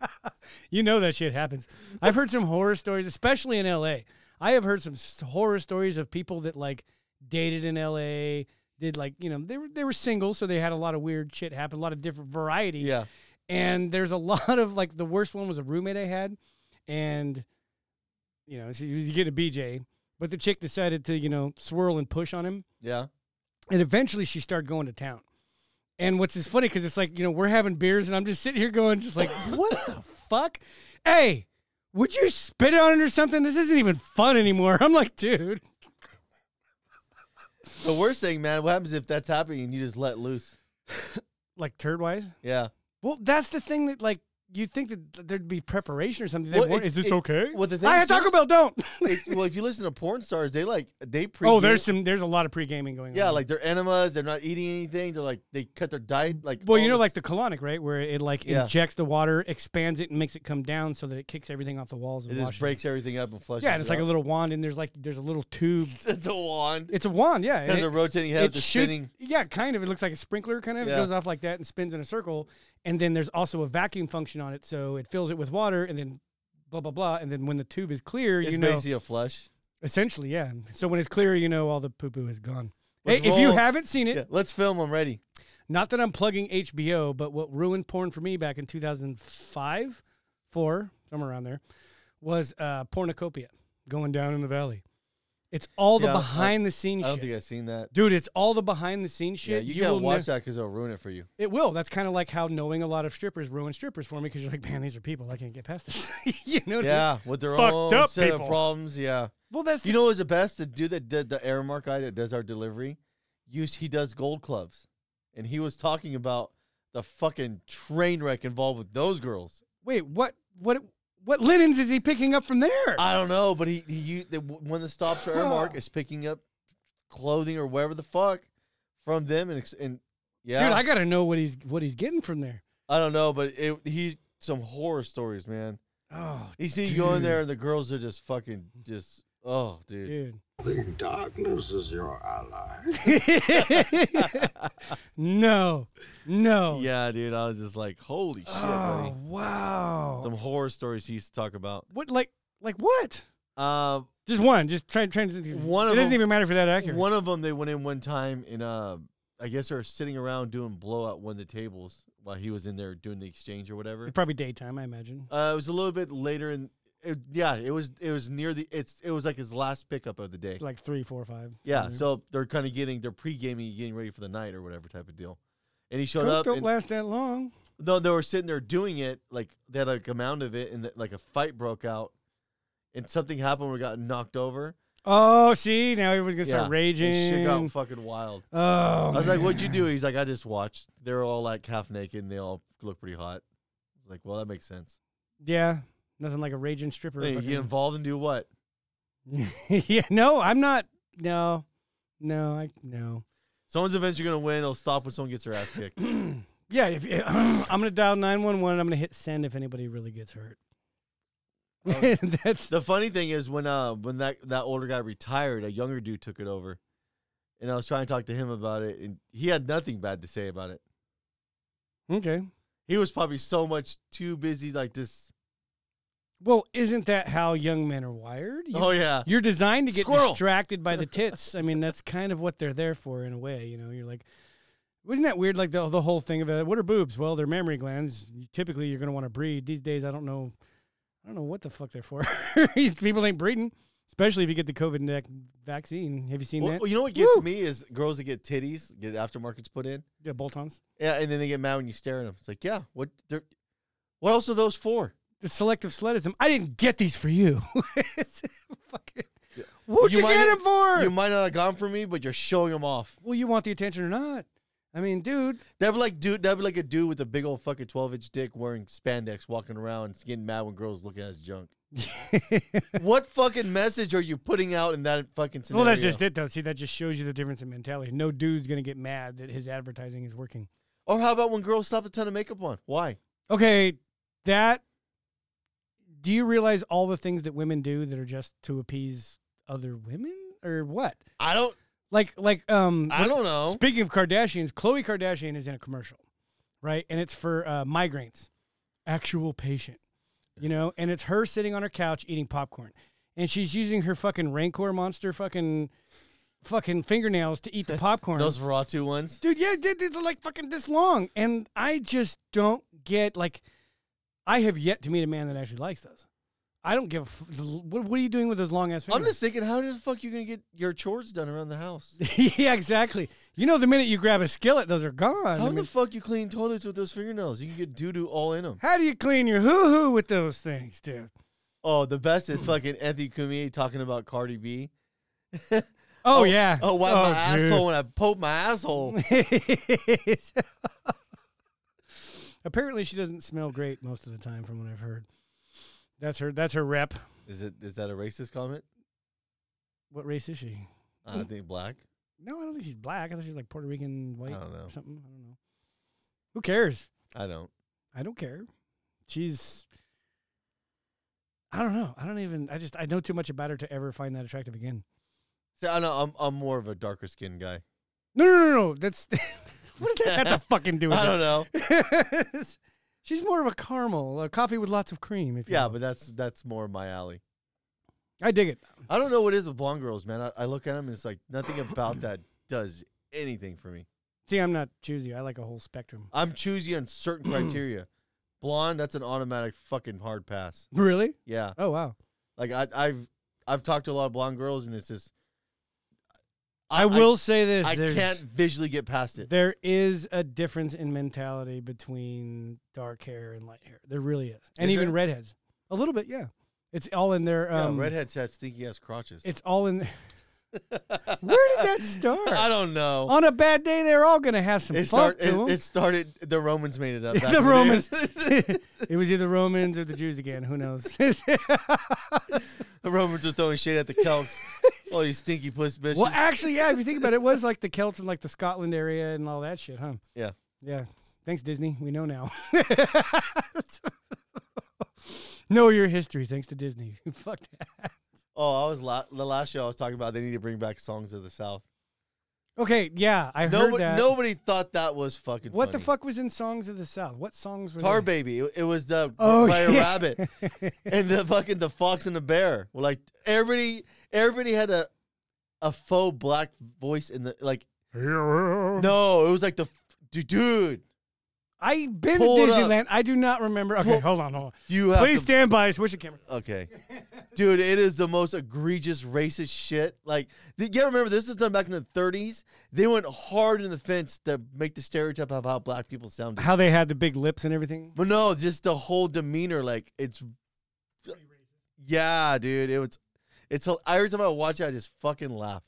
you know that shit happens. I've heard some horror stories, especially in LA. I have heard some s- horror stories of people that like dated in LA, did like, you know, they were they were single, so they had a lot of weird shit happen, a lot of different variety. Yeah. And there's a lot of like the worst one was a roommate I had, and you know, she was getting a BJ, but the chick decided to, you know, swirl and push on him Yeah. and eventually she started going to town. And what's is funny because it's like you know we're having beers and I'm just sitting here going just like what the fuck, hey, would you spit on it or something? This isn't even fun anymore. I'm like, dude, The worst thing, man, what happens if that's happening and you just let loose? like turd wise. Yeah. Well, that's the thing that like you would think that there'd be preparation or something. They Well, weren't. it- Is this it- okay? well, the thing I is, had Taco Bell. Don't. It- well, if you listen to porn stars, they like they pre. oh, there's some. There's a lot of pre gaming going on. yeah, like they're enemas. They're not eating anything. They're like they cut their diet. Like Well, all you know, the- like the colonic, right, where it like Yeah. injects the water, expands it, and makes it come down, so that it kicks everything off the walls it and just washes breaks everything up and flushes. Yeah, and it's it like a out. little wand, and there's like there's a little tube. It's a wand. It's a wand, yeah. It has and a it- rotating head. it with the should- spinning. yeah, kind of. It looks like a sprinkler, kind of. Yeah. It goes off like that and spins in a circle. And then there's also a vacuum function on it, so it fills it with water, and then blah blah blah. And then when the tube is clear, It's you know, basically a flush. essentially, yeah. So when it's clear, you know, all the poo poo is gone. Let's hey, if you roll. haven't seen it, Yeah, let's film. I'm ready. not that I'm plugging HBO, but what ruined porn for me back in 2005, four, somewhere around there, was uh, Pornocopia going down in the valley. It's all the Yeah, I- behind the scenes I don't shit. think I've seen that. Dude, it's all the behind the scenes Yeah, shit. you, will gotta ne- watch that that because it'll ruin it for you. It will. That's kind of like how knowing a lot of strippers ruined strippers for me because you're like, man, these are people. I can't get past this. you know? what I mean? Yeah, with their Fucked own up set people. of problems. Yeah. Well, that's You know who's the best? The dude that did the Aramark guy that does our delivery, used he does gold clubs, and he was talking about the fucking train wreck involved with those girls. wait, what? What? What linens is he picking up from there? I don't know, but he he u- the, when the stops for Aramark is picking up clothing or whatever the fuck from them, and ex- and yeah, Dude, I gotta know what he's what he's getting from there. I don't know, but it he some horror stories, man. Oh, You see you go in there, and the girls are just fucking just oh, dude. dude. Darkness is your ally. no, no. Yeah, dude, I was just like, holy shit, buddy. Oh, wow. Some horror stories he used to talk about. what? Like, like what? Uh, Just one. Just try, trying to. think- One it of doesn't them- even matter if you're that accurate. One of them, they went in one time, and uh, I guess they were sitting around doing blowout one of the tables while he was in there doing the exchange or whatever. It's probably daytime, I imagine. Uh, it was a little bit later, and it, yeah, it was it was near the it's it was like his last pickup of the day. Like three, four, five. Yeah, so they're kind of getting they're pre gaming, getting ready for the night or whatever type of deal. And he showed Coke up. don't and- last that long. No, they were sitting there doing it. Like they had like a mound of it, and th- like a fight broke out, and something happened where it got knocked over. Oh, see, now everyone's gonna Yeah, start raging. and shit got fucking wild. oh, I was like, "What'd you do?" He's like, "I just watched. They were all like half naked, and they all look pretty hot." I was like, well, that makes sense. yeah, nothing like a raging stripper. Hey, you get fucking- involved and do what? yeah, no, I'm not. No, no, I no. Someone's eventually gonna win. It'll stop when someone gets their ass kicked. Yeah, if I'm gonna dial nine one one. I'm gonna hit send if anybody really gets hurt. Oh. That's the funny thing is when uh when that that older guy retired, a younger dude took it over, and I was trying to talk to him about it, and he had nothing bad to say about it. okay. He was probably so much too busy, like this. Well, isn't that how young men are wired? You, oh yeah, You're designed to get Squirrel. distracted by the tits. I mean, that's kind of what they're there for in a way. You know, you're like, wasn't that weird? Like the, the whole thing of uh, what are boobs? Well, they're mammary glands. Typically, you're going to want to breed. These days, I don't know. I don't know what the fuck they're for. People ain't breeding. especially if you get the COVID nec- vaccine. Have you seen Well, oh, that? you know what gets Woo! me is girls that get titties, get aftermarkets put in, Yeah, bolt-ons. yeah, and then they get mad when you stare at them. It's like, yeah, what? They're, what else are those for? The selective sledism. I didn't get these for you. It's fucking, what'd You you, might- get them for? You might not have gone for me, but you're showing them off. well, you want the attention or not? I mean, dude, That'd be like dude. That'd be like a dude with a big old fucking twelve inch dick wearing spandex, walking around, getting mad when girls look at his junk. what fucking message are you putting out in that fucking scenario? Well, that's just it, though. See, that just shows you the difference in mentality. No dude's gonna get mad that his advertising is working. Or how about when girls stop a ton of makeup on? Why? Okay, that. Do you realize all the things that women do that are just to appease other women or what? I don't. Like, like, um, I when- don't know. Speaking of Kardashians, Khloe Kardashian is in a commercial, right? And it's for uh, migraines, actual patient, you know. And it's her sitting on her couch eating popcorn, and she's using her fucking Rancor monster fucking, fucking fingernails to eat the popcorn. Those Veratu ones. Dude, yeah, they- these are like fucking this long, and I just don't get like. I have yet to meet a man that actually likes those. I don't give. a f- What, what are you doing with those long ass fingers? I'm just thinking, how the fuck you gonna get your chores done around the house? yeah, exactly. You know, the minute you grab a skillet, those are gone. I How the mean, fuck you clean toilets with those fingernails? You can get doo doo all in them. How do you clean your hoo hoo with those things, dude? Oh, the best is fucking Anthony Cumier talking about Cardi B. Oh, yeah. Oh, why my dude. asshole when I poke my asshole? Apparently, she doesn't smell great most of the time, from what I've heard. That's her. That's her rep. Is it is that a racist comment? What race is she? I think black. No, I don't think she's black. I think she's like Puerto Rican, white, don't know. or something. I don't know. Who cares? I don't. I don't care. She's. I don't know. I don't even. I just. I know too much about her to ever find that attractive again. See, I know I'm I'm more of a darker skinned guy. No, no, no, no. That's. what does that have to fucking do with I it? don't know. She's more of a caramel, a coffee with lots of cream. If you Yeah, will. but that's that's more my alley. I dig it. I don't know what it is with blonde girls, man. I, I look at them and it's like nothing about that does anything for me. See, I'm not choosy. I like a whole spectrum. I'm choosy on certain criteria. Blonde, that's an automatic fucking hard pass. Really? Yeah, Oh wow. like I, I've I've talked to a lot of blonde girls and it's just I will say this. I there's- can't visually get past it. There is a difference in mentality between dark hair and light hair. There really is, and Is even there? redheads. A little bit, yeah. It's all in their. Um, yeah, redheads have stinky ass crotches. It's all in. Where did that start? I don't know. On a bad day, they're all gonna have some It, start, fun Oh, to them. it, it started. The Romans made it up. back the in day. Romans. it was either Romans or the Jews again. Who knows? the Romans were throwing shade at the Celts. oh, you stinky puss bitches. well, actually, yeah. If you think about it, it was like the Celts in like the Scotland area and all that shit, huh? Yeah. Yeah. Thanks, Disney. We know now. know your history, thanks to Disney. Fuck that. Oh, I was la- the last show I was talking about. They need to bring back songs of the South. Okay, yeah, I heard Nobody, that. nobody thought that was fucking. what the funny. fuck was in songs of the South? What songs were Tar they? Baby. It, it was the Oh, by a yeah. rabbit and the fucking the fox and the bear. Well, like everybody, everybody had a a faux black voice in the like. No, it was like the f- dude. dude I've been to Pull it up. Disneyland. I do not remember. Okay, Pull- hold on, hold you on. have Please to stand by. Switch the camera. Okay. Dude, it is the most egregious racist shit. Like, you gotta remember, this was done back in the 30s. They went hard in the fence to make the stereotype of how black people sounded. How they had the big lips and everything. But no, just the whole demeanor. Like, it's. Yeah, dude. It was. It's. hil- Every time I watch it, I just fucking laugh.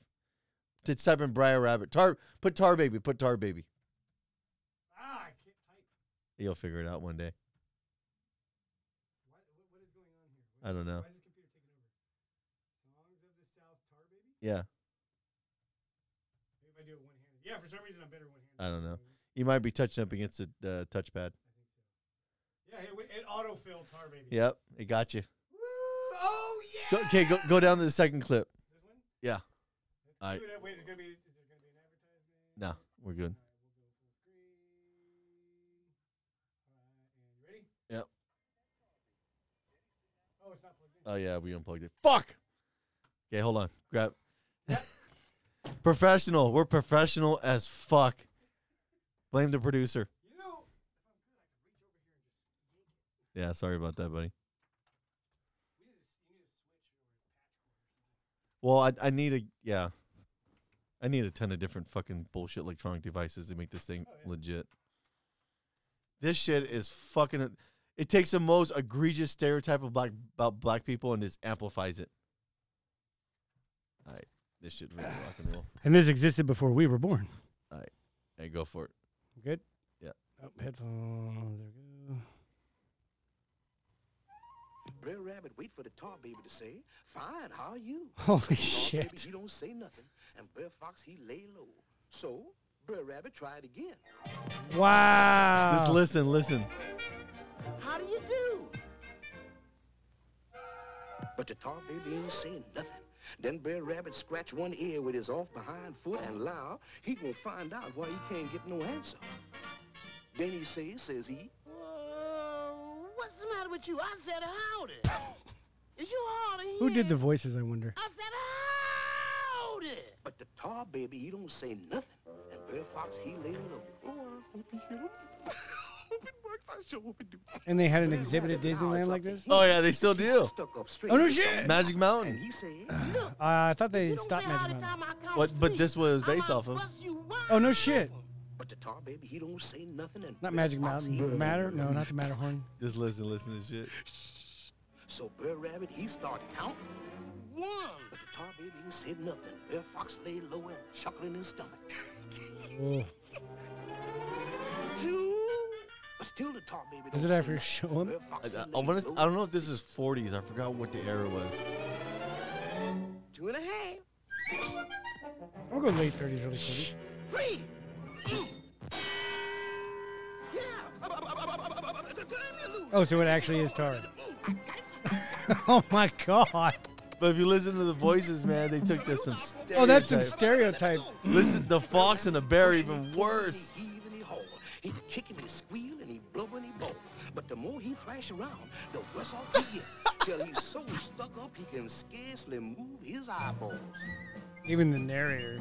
To type in Briar Rabbit. Tar, put Tar Baby. Put Tar Baby. You'll figure it out one day. I don't know. Yeah. Yeah, for some reason I'm better one-handed. I don't know. You might be touching up against the uh, touchpad. Yeah, it, it auto-filled Tar Baby. Yep, it got you. Oh, yeah! Go, okay, go, go down to the second clip. Yeah. All right. Wait, it's gonna be, is there gonna be an advertisement? No, we're good. Yep. Oh yeah, we unplugged it. Fuck. Okay, hold on. Grab. professional. We're professional as fuck. Blame the producer. Yeah, sorry about that, buddy. Well, I, I need a yeah. I need a ton of different fucking bullshit electronic devices to make this thing legit. This shit is fucking. It takes the most egregious stereotype of black about black people and just amplifies it. All right, this shit really rock and roll. And this existed before we were born. Hey, go for it. Good. Yeah. Oh, headphones. There we go. Brer Rabbit wait for the tar baby to say, fine, how are you? Holy Tar Baby, shit! he don't say nothing, and Brer Fox, he lay low. So, Brer Rabbit tried again. Wow. Just listen, listen. How do you do? But the tar baby ain't saying nothing. Then Brer Rabbit scratched one ear with his off behind foot and loud, he gonna find out why he can't get no answer. Then he says, says he, "Whoa, what's the matter with you? I said howdy. Is you all in Who here?" did the voices? I wonder. I said, howdy. But the tar baby, he don't say nothing. And Brer Fox, he lay low. Oh, I hope it helps. hope it works. I sure hope it do. And they had an Brer exhibit at Rabbit, now Disneyland it's like up to this. him. Oh yeah, they still do. Stuck up straight. Oh no with shit! Uh, Magic some- And Mountain. he said, look. I thought they you don't stopped play all Magic the Mountain. time I count What- but three. this was I based might off of- bust you wide Oh no shit! But the tar baby, he don't say nothing. And Not Brer Magic Fox, he Mountain. lay Matter? low. No, not the Matterhorn. Just listen, listen to shit. So Brer Rabbit, he started counting. One. But the tar baby ain't said nothing. Brer Fox lay low and chuckling in his stomach. Oh. Two. But still the tar baby. Is don't it say after nothing. showing? Brer Fox, I, he I, I lay wanna, s- low. I don't know if this is 40s. I forgot what the era was. Two and a half. I'll go late 30s, early 40s. Three. Mm. Yeah. Oh, so it actually is tar. oh my god. But if you listen to the voices, man, they took this some stereotype. Oh, that's some stereotype. Listen, the fox and the bear even worse. He heave and he haul. He kick and he squeal and he blubber and he bawl. But the more he thrash around, the worse off he get. Till he's so stuck up he can scarcely move his eyeballs. Even the narrator.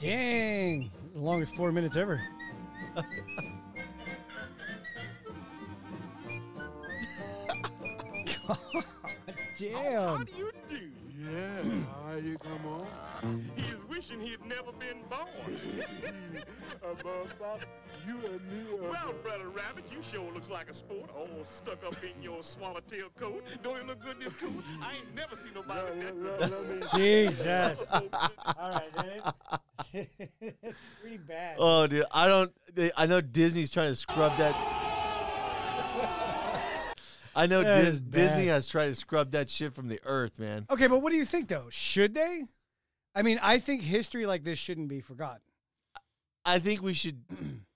Dang. The longest four minutes ever. God damn. do you do? Yeah, how you come on? He's wishing he'd never been born. you Well, brother Rabbit, you sure looks like a sport, all stuck up in your swallowtail coat. Don't it look good in this coat? I ain't never seen nobody with that. Jesus. coat. All right, then it- it's pretty bad. Oh, dude, I don't. They, I know Disney's trying to scrub that. I know That Dis, is bad. Disney has tried to scrub that shit from the earth, man. Okay, but what do you think though? Should they? I mean, I think history like this shouldn't be forgotten. I think we should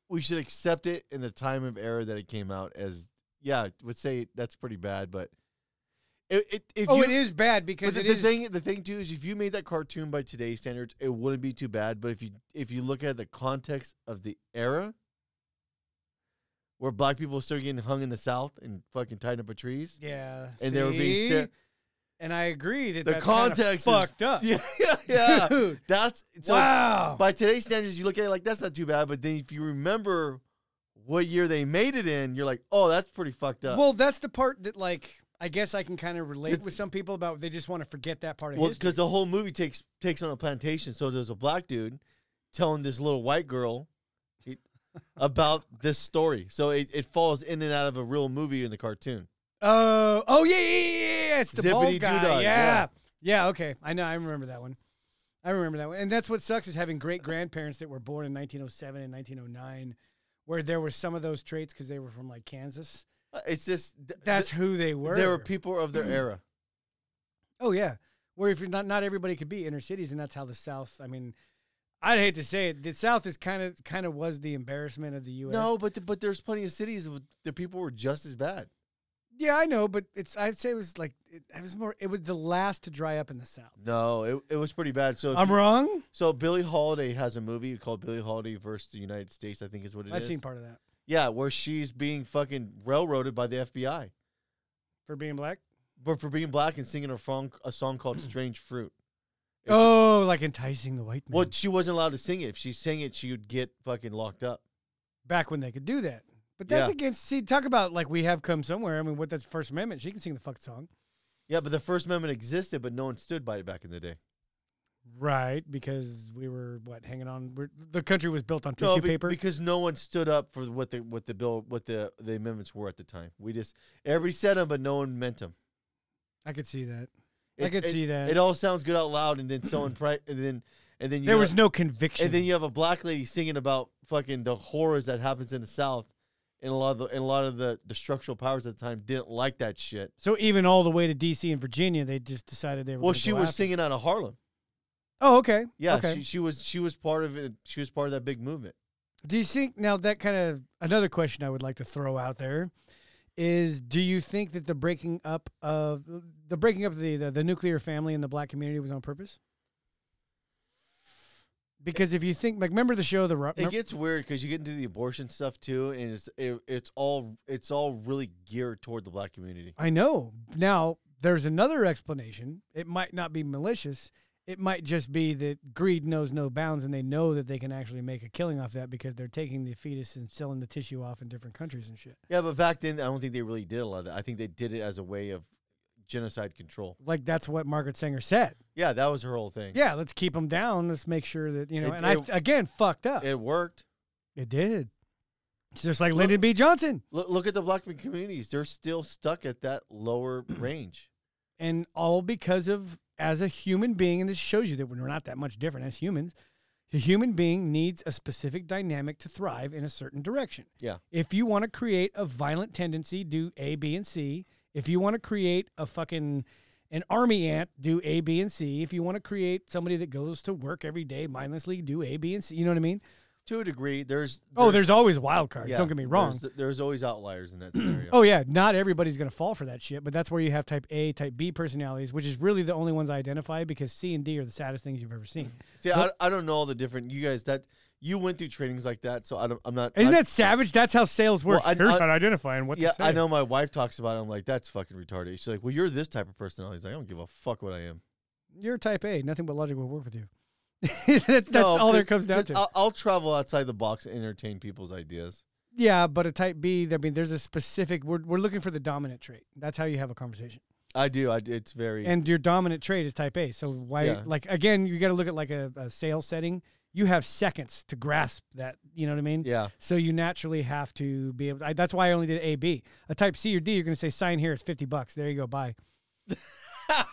we should accept it in the time of era that it came out as. Yeah, would say that's pretty bad, but it, it if oh, you, it is bad because But the, it the is. thing, the thing too is, if you made that cartoon by today's standards, it wouldn't be too bad. But if you if you look at the context of the era, where black people started getting hung in the South and fucking tied up by trees, yeah, and they were being see? sta- And I agree that the that's kinda context is- fucked up. Yeah, yeah, yeah. Dude. That's so. wow. By today's standards, you look at it like that's not too bad. But then if you remember what year they made it in, you're like, oh, that's pretty fucked up. well, that's the part that like I guess I can kind of relate It's- with some people about. They just want to forget that part of Well, history. because the whole movie takes takes on a plantation. So there's a black dude telling this little white girl he- about this story. So it, it falls in and out of a real movie in the cartoon. Oh, oh yeah, yeah, yeah, yeah. It's the bald guy. Zippity-doo-dah, yeah. yeah. yeah, Okay, I know. I remember that one. I remember that one. And that's what sucks is having great grandparents that were born in 1907 and 1909, where there were some of those traits because they were from like Kansas. Uh, It's just th- That's th- who they were. there were people of their era. Oh yeah, where if you're not not everybody could be inner cities, and that's how the South. I mean, I'd hate to say it. The South is kind of kind of was the embarrassment of the U.S. No, but th- but there's plenty of cities with- the people were just as bad. Yeah, I know, but it's I'd say it was like it, it was more. It was the last to dry up in the South. No, it, it was pretty bad. So if I'm you- wrong. so Billie Holiday has a movie called Billie Holiday versus the United States. I think is what it is. I've seen part of that Yeah, where she's being fucking railroaded by the FBI. for being black. but for being black and singing a song, a song called "Strange Fruit." It's- Oh, like enticing the white man. Well, she wasn't allowed to sing it. If she sang it, she would get fucking locked up. Back when they could do that. But that's Yeah. against, see, talk about like we have come somewhere. I mean, what that's First Amendment. She can sing the fuck song. Yeah, but the First Amendment existed, but no one stood by it back in the day. Right, because we were what hanging on. We're, the country was built on tissue No, be- paper. because no one stood up for what the what the bill what the the amendments were at the time. We just everybody said them, but no one meant them. I could see that. I could it, see that. It all sounds good out loud, and then someone pri- and then and then you there got- was no conviction. and then you have a black lady singing about fucking the horrors that happens in the South, and a lot of the and a lot of the the structural powers at the time didn't like that shit. so even all the way to D.C. and Virginia, they just decided they were. Well, gonna she go was after- singing out of Harlem. Oh, okay. Yeah, Okay. she, she was she was part of it. She was part of that big movement. Do you think now that kind of another question I would like to throw out there is do you think that the breaking up of the breaking up of the, the, the nuclear family in the black community was on purpose? Because if you think like remember the show the Ro- It gets weird because you get into the abortion stuff too, and it's it, it's all it's all really geared toward the black community. I know. Now there's another explanation. It might not be malicious. It might just be that greed knows no bounds and they know that they can actually make a killing off that because they're taking the fetus and selling the tissue off in different countries and shit. Yeah, but back then I don't think they really did a lot of that. I think they did it as a way of genocide control. Like that's what Margaret Sanger said. Yeah, that was her whole thing. yeah, let's keep them down. Let's make sure that you know. It- and I it- again fucked up. It, it worked. did. It's just like Lyndon B. Johnson, Look, look at the black communities; they're still stuck at that lower range. and all because of as a human being, and this shows you that we're not that much different as humans. A human being needs a specific dynamic to thrive in a certain direction. Yeah. If you want to create a violent tendency, do A, B, and C. If you want to create a fucking an army ant, do A, B, and C. If you want to create somebody that goes to work every day mindlessly, do A, B, and C. You know what I mean? To a degree, there's, oh, there's always wild cards. yeah, don't get me wrong. There's, there's always outliers in that scenario. Oh yeah, not everybody's gonna fall for that shit, but that's where you have type A, type B personalities, which is really the only ones I identify because C and D are the saddest things you've ever seen. See, I, I don't know all the different you guys that you went through trainings like that, so I don't, I'm not. Isn't I- that savage? That's how sales Well, works. I- I- identifying what yeah, I know my wife talks about it. I'm like, that's fucking retarded. She's like, well, you're this type of personality. He's like, I don't give a fuck what I am. You're type A. Nothing but logic will work with you. that's that's all there comes down to. I'll, I'll travel outside the box and entertain people's ideas. yeah, but a type B. I mean, there's a specific. We're we're looking for the dominant trait. That's how you have a conversation. I do. I, it's very. and your dominant trait is type A. So why, Yeah. like, again, you got to look at like a, a sales setting. You have seconds to grasp that. You know what I mean? Yeah. So you naturally have to be able. I, that's why I only did A, B. A type C or D, you're going to say sign here. It's fifty bucks. There you go. Bye.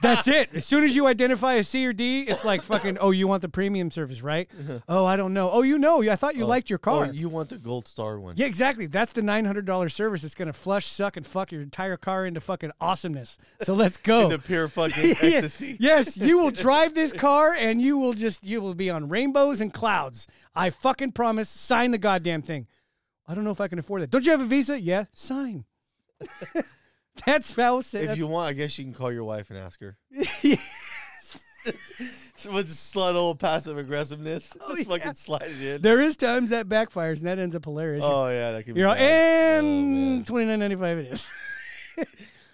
that's it. As soon as you identify a C or D, it's like fucking. Oh, you want the premium service, right? Oh, I don't know. Oh, you know. I thought you Uh-huh. Oh, liked your car. Oh, you want the gold star one? Yeah, exactly. That's the nine hundred dollar service that's gonna flush, suck, and fuck your entire car into fucking awesomeness. So let's go. Into pure fucking Yeah. ecstasy. Yes, you will drive this car and you will just you will be on rainbows and clouds. I fucking promise. Sign the goddamn thing. I don't know if I can afford that. Don't you have a visa? Yeah, sign. that's how I'll say. If that's- you want, I guess you can call your wife and ask her. With slut old passive aggressiveness, Oh, just fucking slide it in. there is times that backfires and that ends up hilarious. Oh yeah, that could be. You're all, bad. Oh, and man. twenty nine ninety five it is.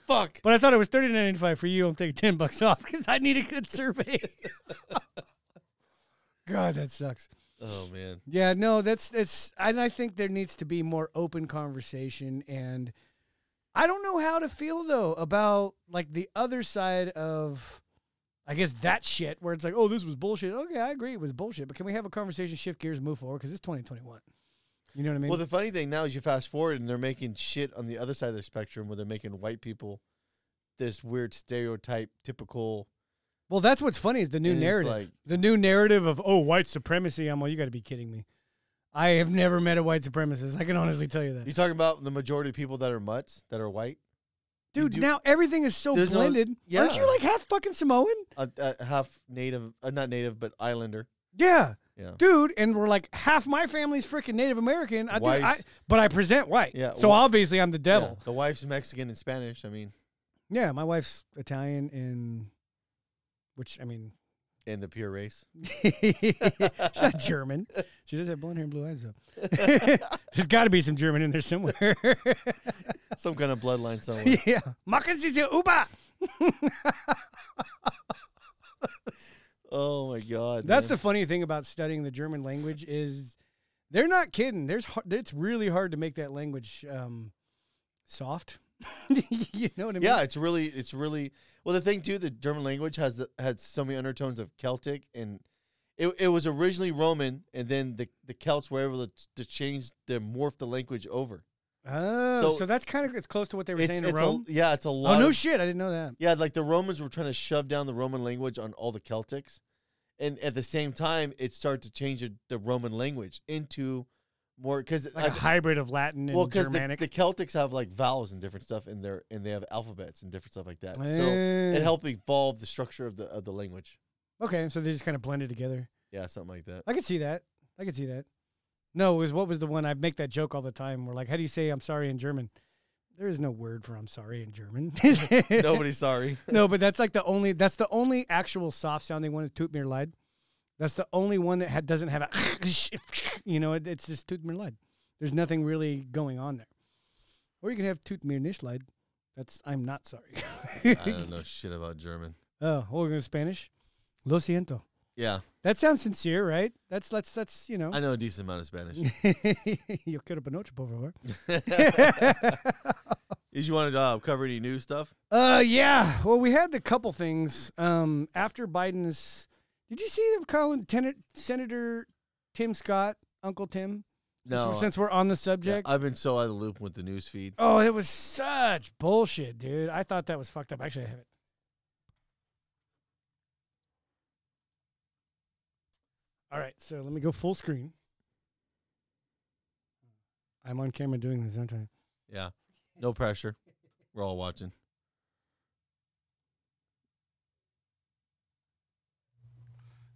fuck. But I thought it was thirty nine ninety five for you. I'm taking ten bucks off because I need a good survey. God, that sucks. Oh man. Yeah, no, that's that's. And I think there needs to be more open conversation. And I don't know how to feel though about like the other side of, I guess that shit where it's like, oh, this was bullshit. Okay, I agree it was bullshit. But can we have a conversation? Shift gears, move forward because it's 2021. You know what I mean? Well, the funny thing now is you fast forward and they're making shit on the other side of the spectrum where they're making white people this weird stereotype, typical. Well, that's what's funny is the new And it's narrative. like- the new narrative of oh white supremacy. I'm like, you got to be kidding me. I have never met a white supremacist. I can honestly tell you that, You talking about the majority of people that are mutts that are white, dude. do- now everything is so There's no- blended. Aren't yeah. you like half fucking Samoan? uh, uh, half native, uh, not native, but islander. Yeah, Yeah. dude. And we're like half my family's freaking Native American. I, do, White. I but I present white. Yeah, So wh- obviously I'm the devil. Yeah, The wife's Mexican and Spanish. I mean, Yeah. my wife's Italian and, which I mean, and the pure race. she's not German. She does have blonde hair and blue eyes though. There's got to be some German in there somewhere. Some kind of bloodline somewhere. yeah. Machen Sie sich über. Oh my god. That's man. the funny thing about studying the German language is they're not kidding. There's har- it's really hard to make that language um, soft. you know what I mean? Yeah, it's really, it's really. Well, the thing too, the German language has the, had so many undertones of Celtic, and it, it was originally Roman, and then the, the Celts were able to, to change, to morph the language over. Oh, so, So- that's kind of it's close to what they were It's, saying in it's Rome. A, yeah, it's a lot. oh no of- shit! I didn't know that. Yeah, like the Romans were trying to shove down the Roman language on all the Celtics, and at the same time, it started to change the- the Roman language into more because Like a hybrid of Latin and well, because the, Germanic. the Celtics have like vowels and different stuff in their and they have alphabets and different stuff like that. So Eh. it helped evolve the structure of the of the language. Okay, so they just kind of blended together. Yeah, something like that. I could see that. I could see that. No, it was what was the one I make that joke all the time. We're like, how do you say I'm sorry in German? There is no word for I'm sorry in German. Nobody's sorry. no, but that's like the only that's the only actual soft sounding one is Tut mir leid. That's the only one that ha- doesn't have a you know, it, it's just Tut mir leid. There's nothing really going on there. Or you can have Tut mir nicht leid. That's I'm not sorry. I don't know shit about German. oh, or we're going to Spanish. Lo siento. Yeah, That sounds sincere, right? That's that's that's you know. I know a decent amount of Spanish. Yo quiero panocha, por favor. Did you want to uh, cover any new stuff? Uh, yeah. Well, we had a couple things. Um, after Biden's, did you see them calling Tenet, Senator Tim Scott Uncle Tim? Since No, we're- since we're on the Yeah, subject. I've been so out of the loop with the news feed. oh, it was such bullshit, dude. I thought that was fucked up. Actually, I have it. All right, so let me go full screen. I'm on camera doing this, aren't I? Yeah, no pressure. We're all watching.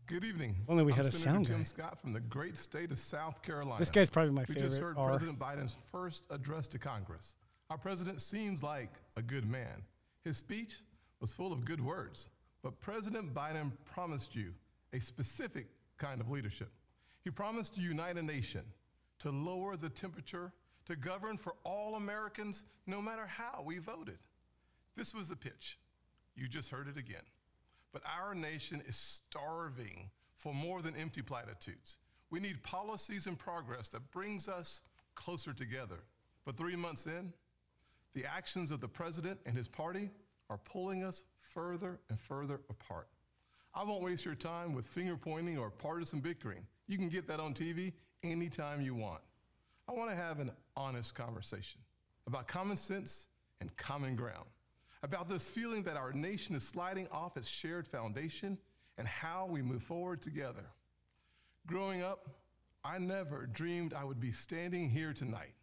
Good evening. If only we I'm had a Senator sound Tim guy. Scott from the great state of South Oh, Carolina. This guy's probably my we just favorite heard R. President Biden's first address to Congress. Our president seems like a good man. His speech was full of good words, but President Biden promised you a specific kind of leadership. He promised to unite a nation, to lower the temperature, to govern for all Americans, no matter how we voted. This was the pitch. You just heard it again. But our nation is starving for more than empty platitudes. We need policies and progress that brings us closer together. But three months in, the actions of the president and his party are pulling us further and further apart. I won't waste your time with finger pointing or partisan bickering. You can get that on TV anytime you want. I want to have an honest conversation about common sense and common ground, about this feeling that our nation is sliding off its shared foundation and how we move forward together. Growing up, I never dreamed I would be standing here tonight.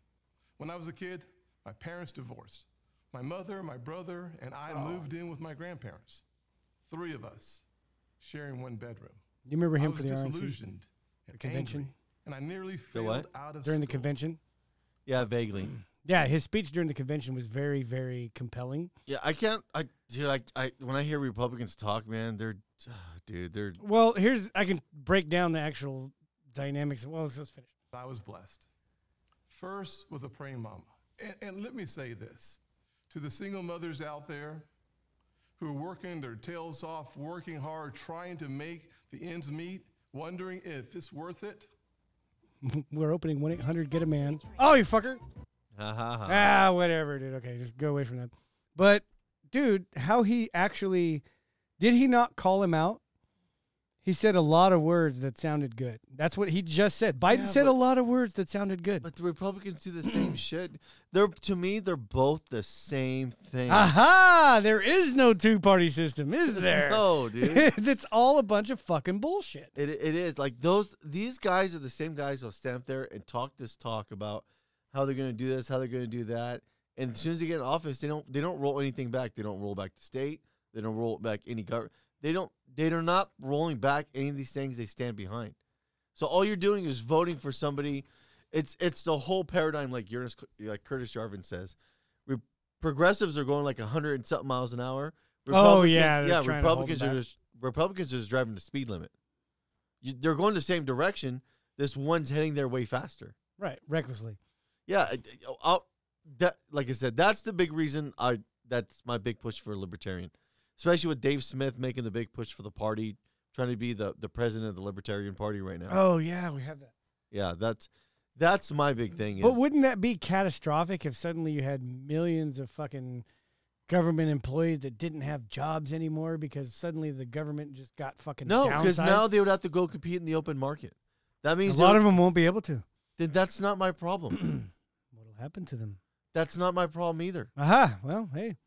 When I was a kid, my parents divorced. My mother, my brother, and I moved in with my grandparents. Three of us sharing one bedroom. You remember him I for was the RNC disillusioned and convention? angry, and I nearly The failed what? out of during the school. convention? Yeah, vaguely. Yeah, his speech during the convention was very, very compelling. Yeah, I can't. I dude, I, I when I hear Republicans talk, man, they're dude, they're Well, here's I can break down the actual dynamics. Well, let's just finish. I was blessed. First, with a praying mama. And, and let me say this to the single mothers out there who are working their tails off, working hard, trying to make the ends meet, wondering if it's worth it. We're opening one eight hundred get a man. Oh, you fucker! ha ha ha. Ah, whatever, dude. Okay, just go away from that. But dude, how he actually did he not call him out? He said a lot of words that sounded good. That's what he just said. Biden Yeah, said a but- lot of words that sounded good. But the Republicans do the same shit. They're to me, they're both the same thing. Ah, Aha! There is no two party system, is there? No, dude. it, That's all a bunch of fucking bullshit. it is like those. These guys are the same guys who'll stand up there and talk this talk about how they're going to do this, how they're going to do that. And as soon as they get in office, they don't. They don't roll anything back. They don't roll back the state. They don't roll back any government. They don't. They are not rolling back any of these things they stand behind. So all you're doing is voting for somebody. It's it's the whole paradigm, like Uranus, like Curtis Jarvin says. Re- progressives are going like hundred and something miles an hour. Oh, yeah, they're yeah. trying to hold Republicans them are back. just Republicans are just driving the speed limit. You, they're going the same direction. This one's heading their way faster. Right, recklessly. Yeah, I- oh, I- I'll, that like I said, that's the big reason I that's my big push for libertarian, especially with Dave Smith making the big push for the party, trying to be the the president of the Libertarian Party right now. Oh yeah, we Oh, have that. Yeah, that's That's my big thing. Is, But wouldn't that be catastrophic if suddenly you had millions of fucking government employees that didn't have jobs anymore because suddenly the government just got fucking no, because downsized? now they would have to go compete in the open market. That a means lot they- of them won't be able to. then that's not my problem. What'll happen to them? that's not my problem either. Aha! Well, hey,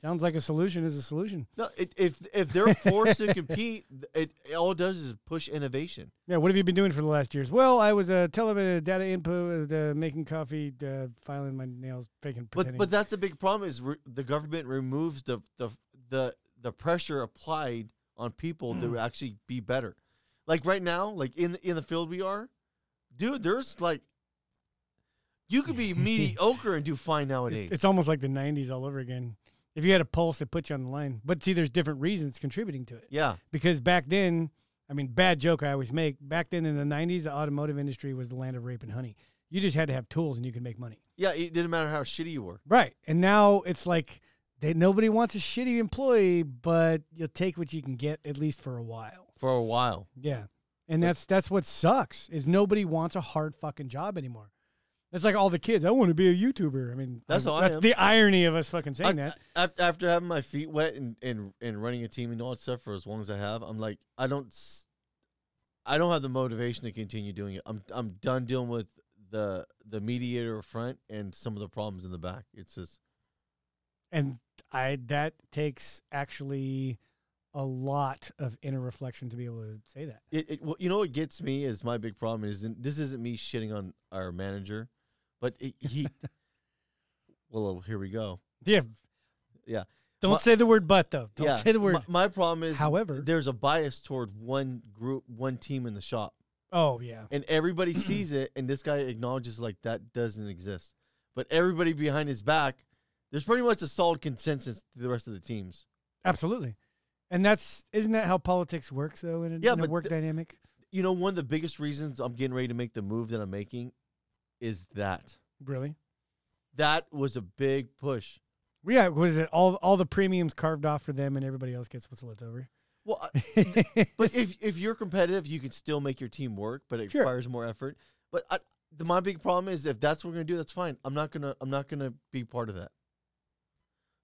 sounds like a solution is a solution. No, it, if if they're forced to compete, it, it all it does is push innovation. Yeah, what have you been doing for the last years? Well, I was uh, television data input, uh, making coffee, uh, filing my nails, faking But pretending. but that's a big problem is re- the government removes the the the the pressure applied on people to actually be better. Like right now, like in in the field we are, dude, there's like you could be mediocre and do fine nowadays. it's almost like the '90s all over again. If you had a pulse, it put you on the line. But see, there's different reasons contributing to it. yeah. because back then, I mean, bad joke I always make. Back then in the '90s, the automotive industry was the land of rape and honey. You just had to have tools and you could make money, Yeah, it didn't matter how shitty you were. right? And now it's like they, nobody wants a shitty employee, but you'll take what you can get at least for a while. For a while. Yeah, and that's that's what sucks is nobody wants a hard fucking job anymore. It's like all the kids. I want to be a YouTuber. I mean, That's I, how I that's am. the irony of us fucking saying I- that. I- af- after having my feet wet and, and, and running a team and all that stuff for as long as I have, I'm like, I don't, s- I don't have the motivation to continue doing it. I'm I'm done dealing with the the mediator front and some of the problems in the back. It's just and I that takes actually a lot of inner reflection to be able to say that. it, it well, you know what gets me is my big problem is and this isn't me shitting on our manager, but it, he. well, here we go. Yeah. Yeah. Don't My- say the word but though. Don't say the my- word. My, problem is, However. there's a bias toward one group, one team in the shop. oh yeah. and everybody sees it and this guy acknowledges like that doesn't exist but everybody behind his back there's pretty much a solid consensus to the rest of the teams Absolutely. And that's isn't that how politics works though in a, Yeah, in a but work th- dynamic? you know one of the biggest reasons i'm getting ready to make the move that i'm making is that Really? that was a big push Yeah, was it all all the premiums carved off for them and everybody else gets what's left over? well I- but if if you're competitive you can still make your team work but it Sure. requires more effort but I, the, my big problem is if that's what we're gonna do that's fine i'm not gonna i'm not gonna be part of that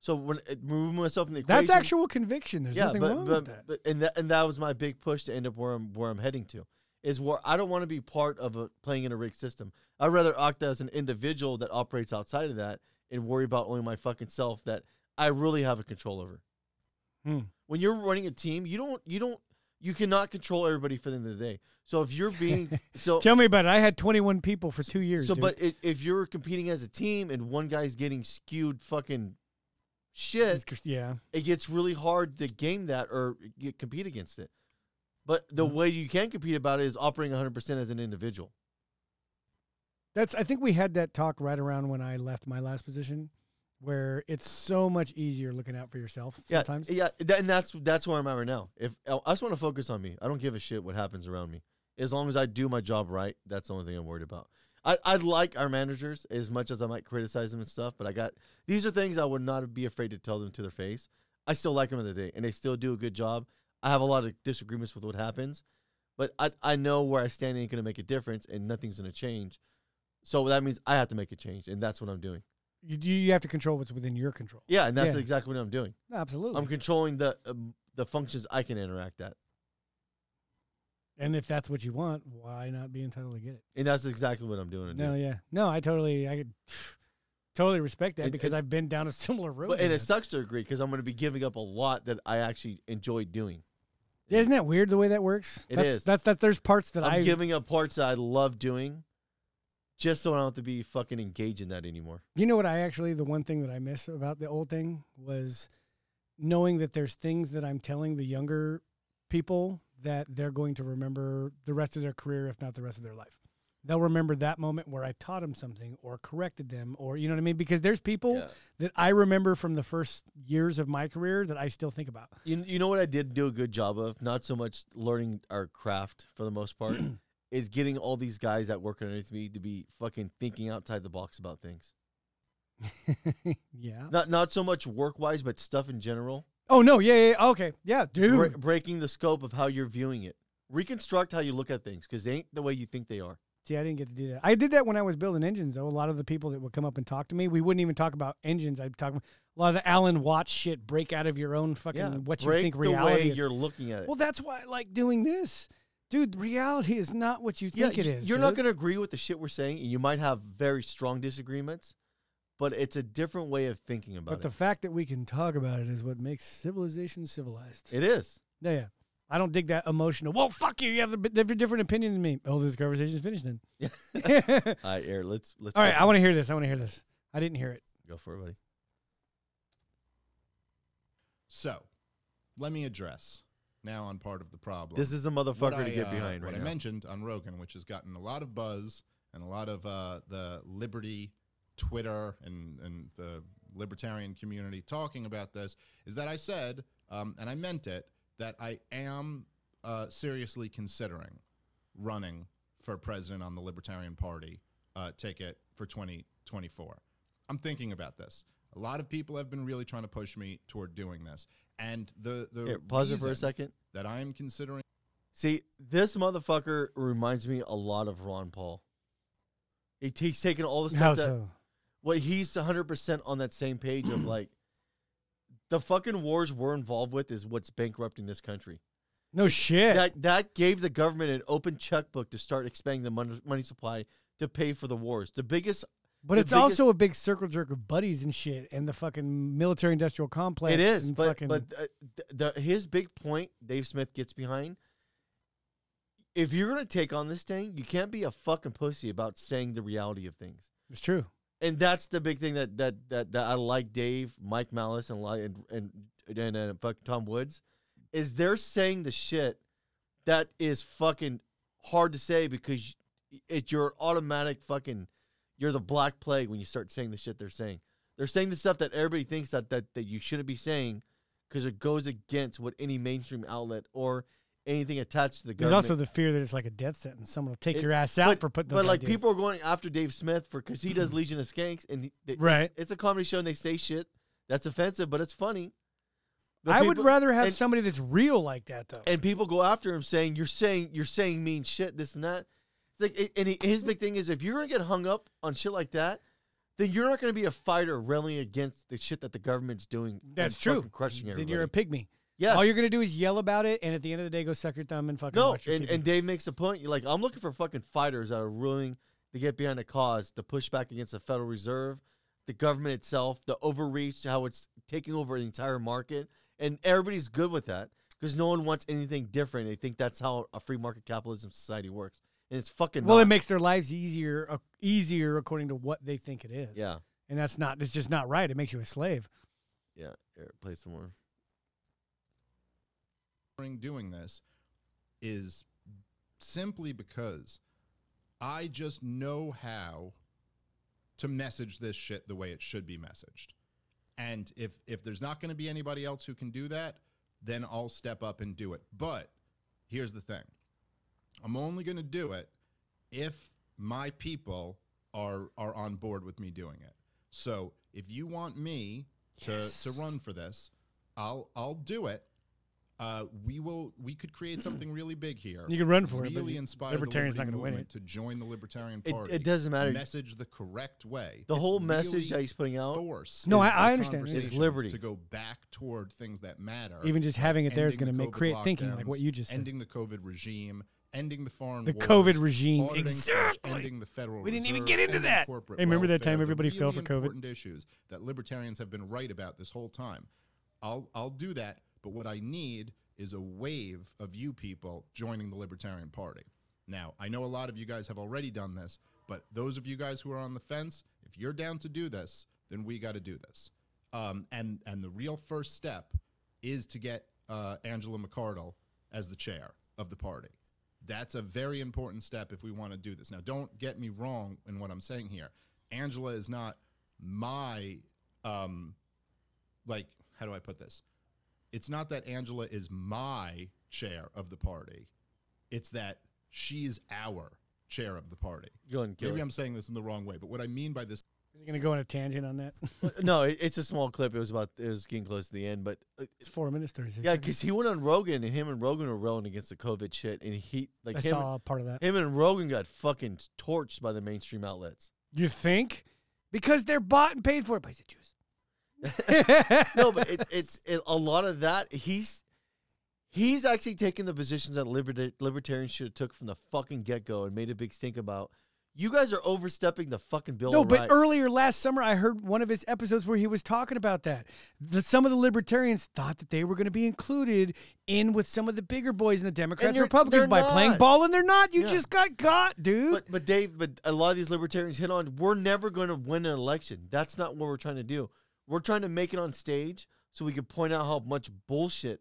so when it- remove myself in the equation That's actual conviction. There's nothing but, wrong but, with that. but and that and that was my big push to end up where I'm where I'm heading to is where I don't want to be part of a, playing in a rigged system. I'd rather act as an individual that operates outside of that and worry about only my fucking self that I really have a control over. Hmm. When you're running a team, you don't you don't you cannot control everybody for the end of the day. So if you're being so Tell me about it. I had 21 people for 2 years. so, dude. but i if you're competing as a team and one guy's getting skewed fucking shit, It's- yeah. it gets really hard to game that or you compete against it. But the way you can compete about it is operating 100% as an individual. That's I think we had that talk right around when I left my last position, where it's so much easier looking out for yourself sometimes. Yeah, yeah, tha- and that's that's where I'm at right now. If I I just want to focus on me, I don't give a shit what happens around me. As long as I do my job right, that's the only thing I'm worried about. I, I like our managers as much as I might criticize them and stuff, but I got these are things I would not be afraid to tell them to their face. I still like them in the day, and they still do a good job. I have a lot of disagreements with what happens, but I I know where I stand ain't gonna make a difference, and nothing's gonna change. So that means I have to make a change, and that's what I'm doing. You, you have to control what's within your control. Yeah, and that's Yeah. exactly what I'm doing. Absolutely. I'm controlling the um, the functions I can interact at, and if that's what you want, why not be entitled to get it? and that's exactly what I'm doing. to No, do. yeah, no, I totally, I could totally respect that And- because and- I've been down a similar road. but, in and it that. sucks to agree because I'm going to be giving up a lot that I actually enjoy doing. Yeah, Isn't that weird the way that works? It that's, is. That's that's there's parts that I'm I giving up parts that I love doing, just so I don't have to be fucking engaged in that anymore. You know what I actually the one thing that I miss about the old thing was knowing that there's things that I'm telling the younger people that they're going to remember the rest of their career if not the rest of their life. They'll remember that moment where I taught them something or corrected them or you know what I mean because there's people that I remember from the first years of my career that I still think about. You, you know what I did do a good job of? Not so much learning our craft for the most part, is getting all these guys that work underneath me to be fucking thinking outside the box about things. yeah. Not not so much work wise, but stuff in general. Oh no, yeah, yeah, yeah, okay. Yeah, dude. Bre- breaking the scope of how you're viewing it. Reconstruct how you look at things because they ain't the way you think they are. See, I didn't get to do that. I did that when I was building engines, though. A lot of the people that would come up and talk to me, we wouldn't even talk about engines. I'd talk about a lot of the Alan Watts shit. Break out of your own fucking what you break think the reality way is. you're looking at it. Well, that's why I like doing this, dude. Reality is not what you Yeah, think it y- is. You're not dude. going to agree with the shit we're saying, and you might have very strong disagreements, but it's a different way of thinking about But the it. fact that we can talk about it is what makes civilization civilized. it is. Yeah, yeah. I don't dig that emotional. Well, fuck you. You have a bit- have a different opinion than me. Oh, this conversation's finished then. All right, here, let's let's. All right, fucking I want to hear this. I want to hear this. I didn't hear it. go for it, buddy. So, let me address now on part of the problem. This is a what motherfucker to I, get uh, behind What right now. I mentioned on Rogan, which has gotten a lot of buzz and a lot of uh, the liberty Twitter and and the libertarian community talking about this, is that I said, um, and I meant it, that I am uh, seriously considering running for president on the Libertarian Party uh, ticket for 2024. I'm thinking about this. A lot of people have been really trying to push me toward doing this, and the the Here, pause it for a reason second. that I am considering. See, this motherfucker reminds me a lot of Ron Paul. He, he's taken all the stuff How that. so? Well, he's 100% on that same page of like, the fucking wars we're involved with is what's bankrupting this country. No shit. That that gave the government an open checkbook to start expanding the money, money supply to pay for the wars. The biggest, but the it's also a big circle jerk of buddies and shit and the fucking military industrial complex. It is, and but fucking, but uh, the, the his big point Dave Smith gets behind. If you're gonna take on this thing, you can't be a fucking pussy about saying the reality of things. it's true. And that's the big thing that that that, that I like Dave, Mike Malice, and li- and and and, and fucking Tom Woods, is they're saying the shit that is fucking hard to say because it you're automatic fucking you're the black plague when you start saying the shit they're saying. They're saying the stuff that everybody thinks that that, that you shouldn't be saying because it goes against what any mainstream outlet or anything attached to the There's government. also the fear that it's like a death sentence. Someone will take It- your ass out for putting. Those but like ideas. people are going after Dave Smith for because he does Legion of Skanks and he, they- Right. It's a comedy show and they say shit that's offensive, but it's funny. But I would people- rather have and, somebody that's real like that though. and people go after him saying you're saying you're saying mean shit, this and that. It's like it, and he, his big thing is if you're gonna get hung up on shit like that, then you're not gonna be a fighter railing against the shit that the government's doing. and That's true. fucking Crushing everybody. Then you're a pygmy. Yes. All you're gonna do is yell about it, and at the end of the day, go suck your thumb and fucking No, watch your and, TV. and Dave makes a point. You're like, I'm looking for fucking fighters that are willing to get behind the cause, to push back against the Federal Reserve, the government itself, the overreach, how it's taking over the entire market. And everybody's good with that because no one wants anything different. They think that's how a free market capitalism society works. And it's fucking well, not. it makes their lives easier, uh, easier according to what they think it is. Yeah, and that's not. It's just not right. It makes you a slave. yeah. Here, play some more. considering doing this is simply because I just know how to message this shit the way it should be messaged. And if if there's not going to be anybody else who can do that, then I'll step up and do it. But here's the thing. I'm only going to do it if my people are are on board with me doing it. So, if you want me to to run for this, I'll I'll do it. Uh, we will. We could create something really big here. You can run for it, but Really you- inspire the Libertarian's liberty not gonna win movement to join the libertarian It- party. it doesn't matter. Message the correct way. The whole Really message that he's putting out- Force. No, is I- the I understand. conversation It's liberty. to go back toward things that matter. Even just having it there is ending gonna the make- COVID create thinking, like what lockdowns, you just said. Ending the COVID regime. Ending the foreign The wars, COVID regime, auditing slash exactly. Ending the federal. We didn't even Reserve, get into ending that. corporate Hey, remember that welfare, time the everybody fell really for COVID? important issues that libertarians have been right about this whole time. I'll I'll do that, but what I need is a wave of you people joining the Libertarian Party. Now, I know a lot of you guys have already done this, but those of you guys who are on the fence, if you're down to do this, then we got to do this. Um, and and the real first step is to get uh, Angela McCardle as the chair of the party. That's a very important step if we want to do this. Now, don't get me wrong in what I'm saying here. Angela is not my um, like how do I put this? It's not that Angela is my chair of the party. It's that she's our chair of the party. Go ahead and kill Maybe it. I'm saying this in the wrong way, but what I mean by this You're gonna go on a tangent on that. no, it, it's a small clip. It was about it was getting close to the end, but uh, It's four minutes thirty six. yeah, because he went on Rogan and him and Rogan were rolling against the COVID shit, and he like I him, saw part of that. him and Rogan got fucking torched by the mainstream outlets. You think? Because they're bought and paid for it by the Jews. no, but it, it's it, a lot of that. He's he's actually taking the positions that liberta- libertarians should have took from the fucking get go and made a big stink about. You guys are overstepping the fucking bill. No, of but rights. earlier last summer, I heard one of his episodes where he was talking about that. The, some of the libertarians thought that they were going to be included in with some of the bigger boys in the Democrats and they're- Republicans they're by playing not. ball, and they're not. You Yeah. just got got, dude. But but Dave, but a lot of these libertarians hit on we're never going to win an election. That's not what we're trying to do. We're trying to make it on stage so we can point out how much bullshit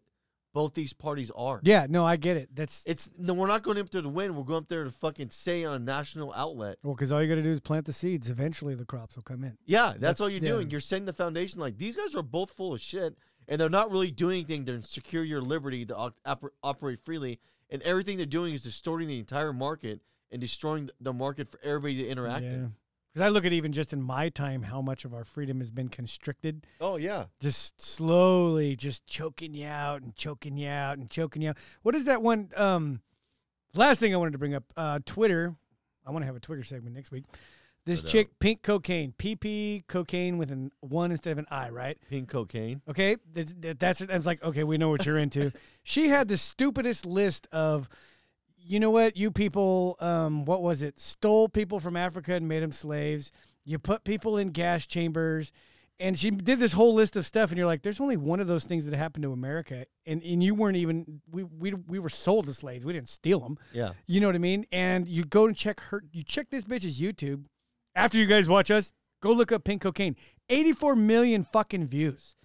both these parties are. yeah, no, I get it. That's It's no, we're not going up there to win. We're going up there to fucking say on a national outlet. well, because all you got to do is plant the seeds. Eventually, the crops will come in. Yeah, that's, all That's- you're yeah. doing. You're setting the foundation. Like these guys are both full of shit, and they're not really doing anything to secure your liberty to op- oper- operate freely. And everything they're doing is distorting the entire market and destroying th- the market for everybody to interact. Yeah, in. because I look at even just in my time how much of our freedom has been constricted. Oh yeah. just slowly just choking you out and choking you out and choking you out. What is that one? Um, last thing I wanted to bring up, uh, Twitter. I want to have a Twitter segment next week. This chick, pink cocaine, PP cocaine with an one instead of an I, right? Pink cocaine. Okay, that's, that's it. I was like, okay, we know what you're into. she had the stupidest list of, you know what, you people, um, what was it? Stole people from Africa and made them slaves. You put people in gas chambers, and she did this whole list of stuff. And you're like, there's only one of those things that happened to America, and and you weren't even we we we were sold as slaves. We didn't steal them. Yeah. You know what I mean? And you go and check her. You check this bitch's YouTube. After you guys watch us, go look up Pink Cocaine. 84 million fucking views.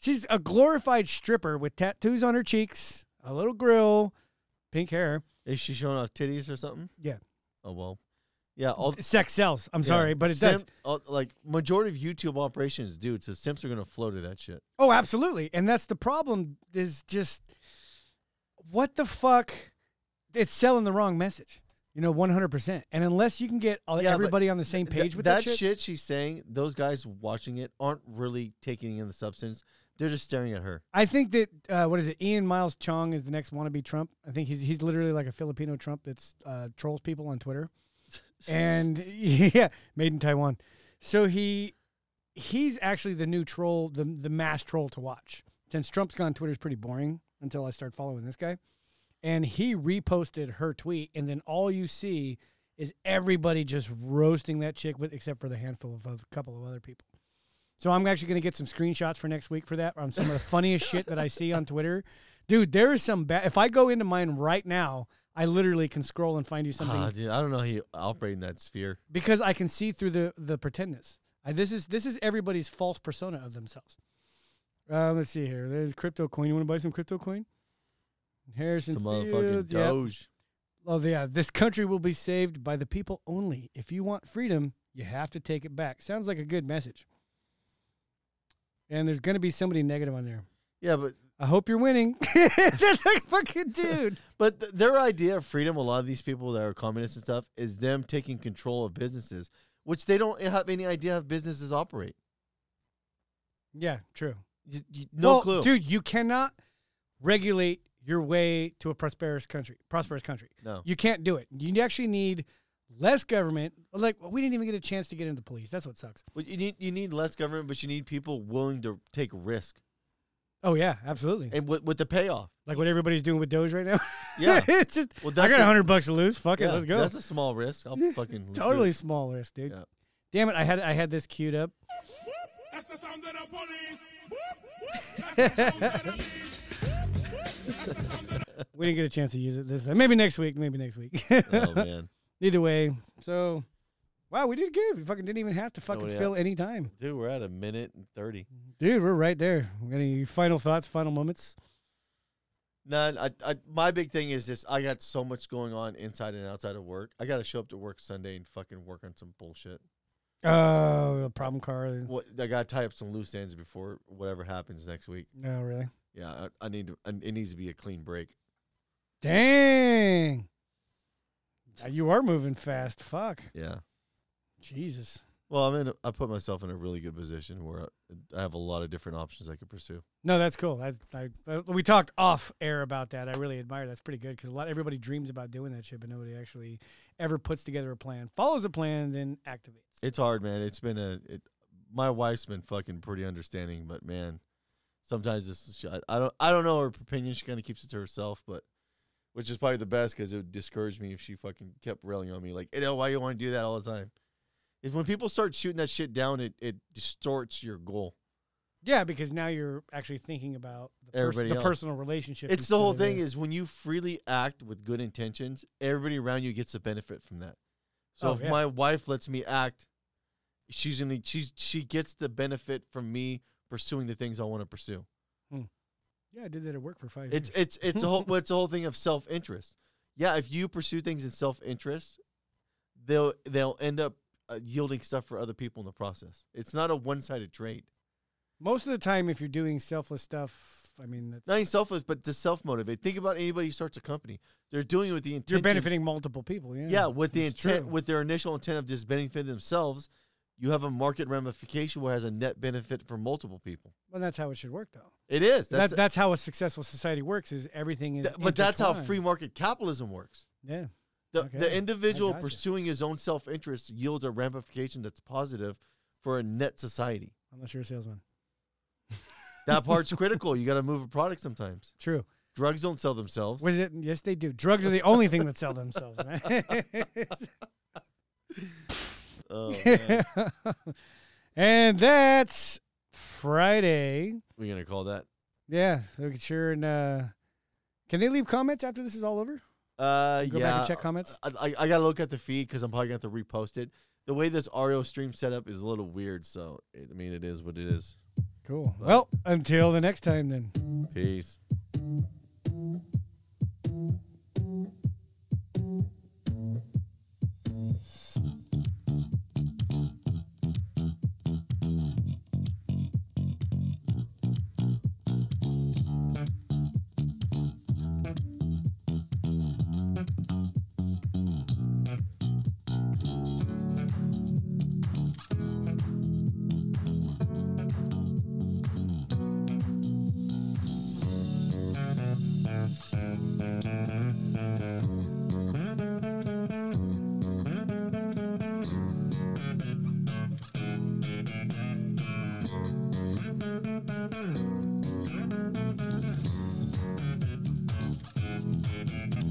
She's a glorified stripper with tattoos on her cheeks, a little grill, pink hair. Is she showing off titties or something? Yeah. Oh well. Yeah. All, Sex sells. I'm sorry, but it does. does. Like majority of YouTube operations do, so simps are gonna flow to that shit. Oh, absolutely. And that's the problem is just what the fuck? It's selling the wrong message. You know, 100%. And unless you can get all, Yeah, but everybody on the same Th- page with that that shit. she's saying, those guys watching it aren't really taking in the substance. They're just staring at her. I think that uh, what is it? Ian Miles Chong is the next wannabe Trump. I think he's he's literally like a Filipino Trump that's uh, trolls people on Twitter, and yeah, made in Taiwan. So he he's actually the new troll, the the mass troll to watch. Since Trump's gone, Twitter's pretty boring until I start following this guy, and he reposted her tweet, and then all you see is everybody just roasting that chick, with except for the handful of a couple of other people. So I'm actually going to get some screenshots for next week for that on some of the funniest shit that I see on Twitter. Dude, there is some bad. If I go into mine right now, I literally can scroll and find you something Ah, dude, I don't know how you operate in that sphere. because I can see through the the pretendness. I, this is this is everybody's false persona of themselves. Uh, let's see here. There's crypto coin. You want to buy some crypto coin? Harrison It's a motherfucking Fields. Yep. doge. Oh yeah, this country will be saved by the people only. If you want freedom, you have to take it back. Sounds like a good message. And there's going to be somebody negative on there. Yeah, but I hope you're winning. That's like fucking dude. But th- their idea of freedom, a lot of these people that are communists and stuff, is them taking control of businesses, which they don't have any idea how businesses operate. Yeah, true. You- you- no Well, clue. dude. You cannot regulate your way to a prosperous country. Prosperous country. No. you can't do it. You actually need less government. Like we didn't even get a chance to get into police. That's what sucks. Well, you need you need less government, but you need people willing to take risk Oh yeah, absolutely. and with, with the payoff. Like what everybody's doing with Doge right now. Yeah. it's just Well, I that's got a- a hundred bucks to lose. Fuck it, Yeah, let's go. That's a small risk. I'll fucking let's do totally it. small risk, dude. Yeah. Damn it, I had I had this queued up. That's the sound of the police. That's the sound of the police. We didn't get a chance to use it this time. Maybe next week. Maybe next week. Oh man, Either way, so wow, we did good. We fucking didn't even have to fucking Oh, yeah. fill any time, dude, we're at a minute and thirty. dude. We're right there. Any final thoughts? Final moments? None. I, I, my big thing is just I got so much going on inside and outside of work. I got to show up to work Sunday and fucking work on some bullshit. Oh, problem car. What I got to tie up some loose ends before whatever happens next week. No, really. Yeah, I, I need to. I, it needs to be a clean break. Dang. Uh, You are moving fast. Fuck. Yeah. Jesus. Well, I'm in. A, I put myself in a really good position where I, I have a lot of different options I could pursue. No, that's cool. That's, I, uh, we talked off air about that. I really admire. That's pretty good because a lot everybody dreams about doing that shit, but nobody actually ever puts together a plan, follows a plan, then activates. It's hard, man. It's been a. It, my wife's been fucking pretty understanding, but man, sometimes this. She, I, I don't. I don't know her opinion. She kind of keeps it to herself, but which is probably the best because it would discourage me if she fucking kept railing on me like, you know, why you want to do that all the time? Is when people start shooting that shit down, it it distorts your goal. Yeah, because now you're actually thinking about the, pers- Everybody the else. personal relationship. It's the instead whole of thing is when you freely act with good intentions, everybody around you gets a benefit from that. So Oh, if yeah. my wife lets me act, she's gonna she's she gets the benefit from me pursuing the things I want to pursue. Yeah, I did that at work for five It's years. it's it's a whole well, it's a whole thing of self interest. Yeah, if you pursue things in self interest, they'll they'll end up uh, yielding stuff for other people in the process. It's not a one sided trade. Most of the time, if you're doing selfless stuff, I mean, that's, Not even selfless, but to self motivate. Think about anybody who starts a company. They're doing it with the intention. you're benefiting multiple people. Yeah, Yeah, with the Mm, It's intent, true. with their initial intent of just benefiting themselves, you have a market ramification where it has a net benefit for multiple people. well, that's how it should work, though. It is. That's, That's, that, that's how a successful society works. Is everything is th- but that's how intertwined. free market capitalism works. Yeah. The, Okay. the I individual gotcha. pursuing his own self interest yields a ramification that's positive for a net society. Unless you're a salesman. That part's critical. You got to move a product sometimes. True. Drugs don't sell themselves. Was it? Yes, they do. Drugs are the only thing that sell themselves. Man. Oh, man. and that's Friday. We're going to call that. Yeah, so we can sure and uh, can they leave comments after this is all over? Uh, Go yeah. back and check comments? I, I, I gotta look at the feed because I'm probably gonna have to repost it. The way this REO stream set up is a little weird, so it, I mean it is what it is. Cool. Well, until the next time then. Peace.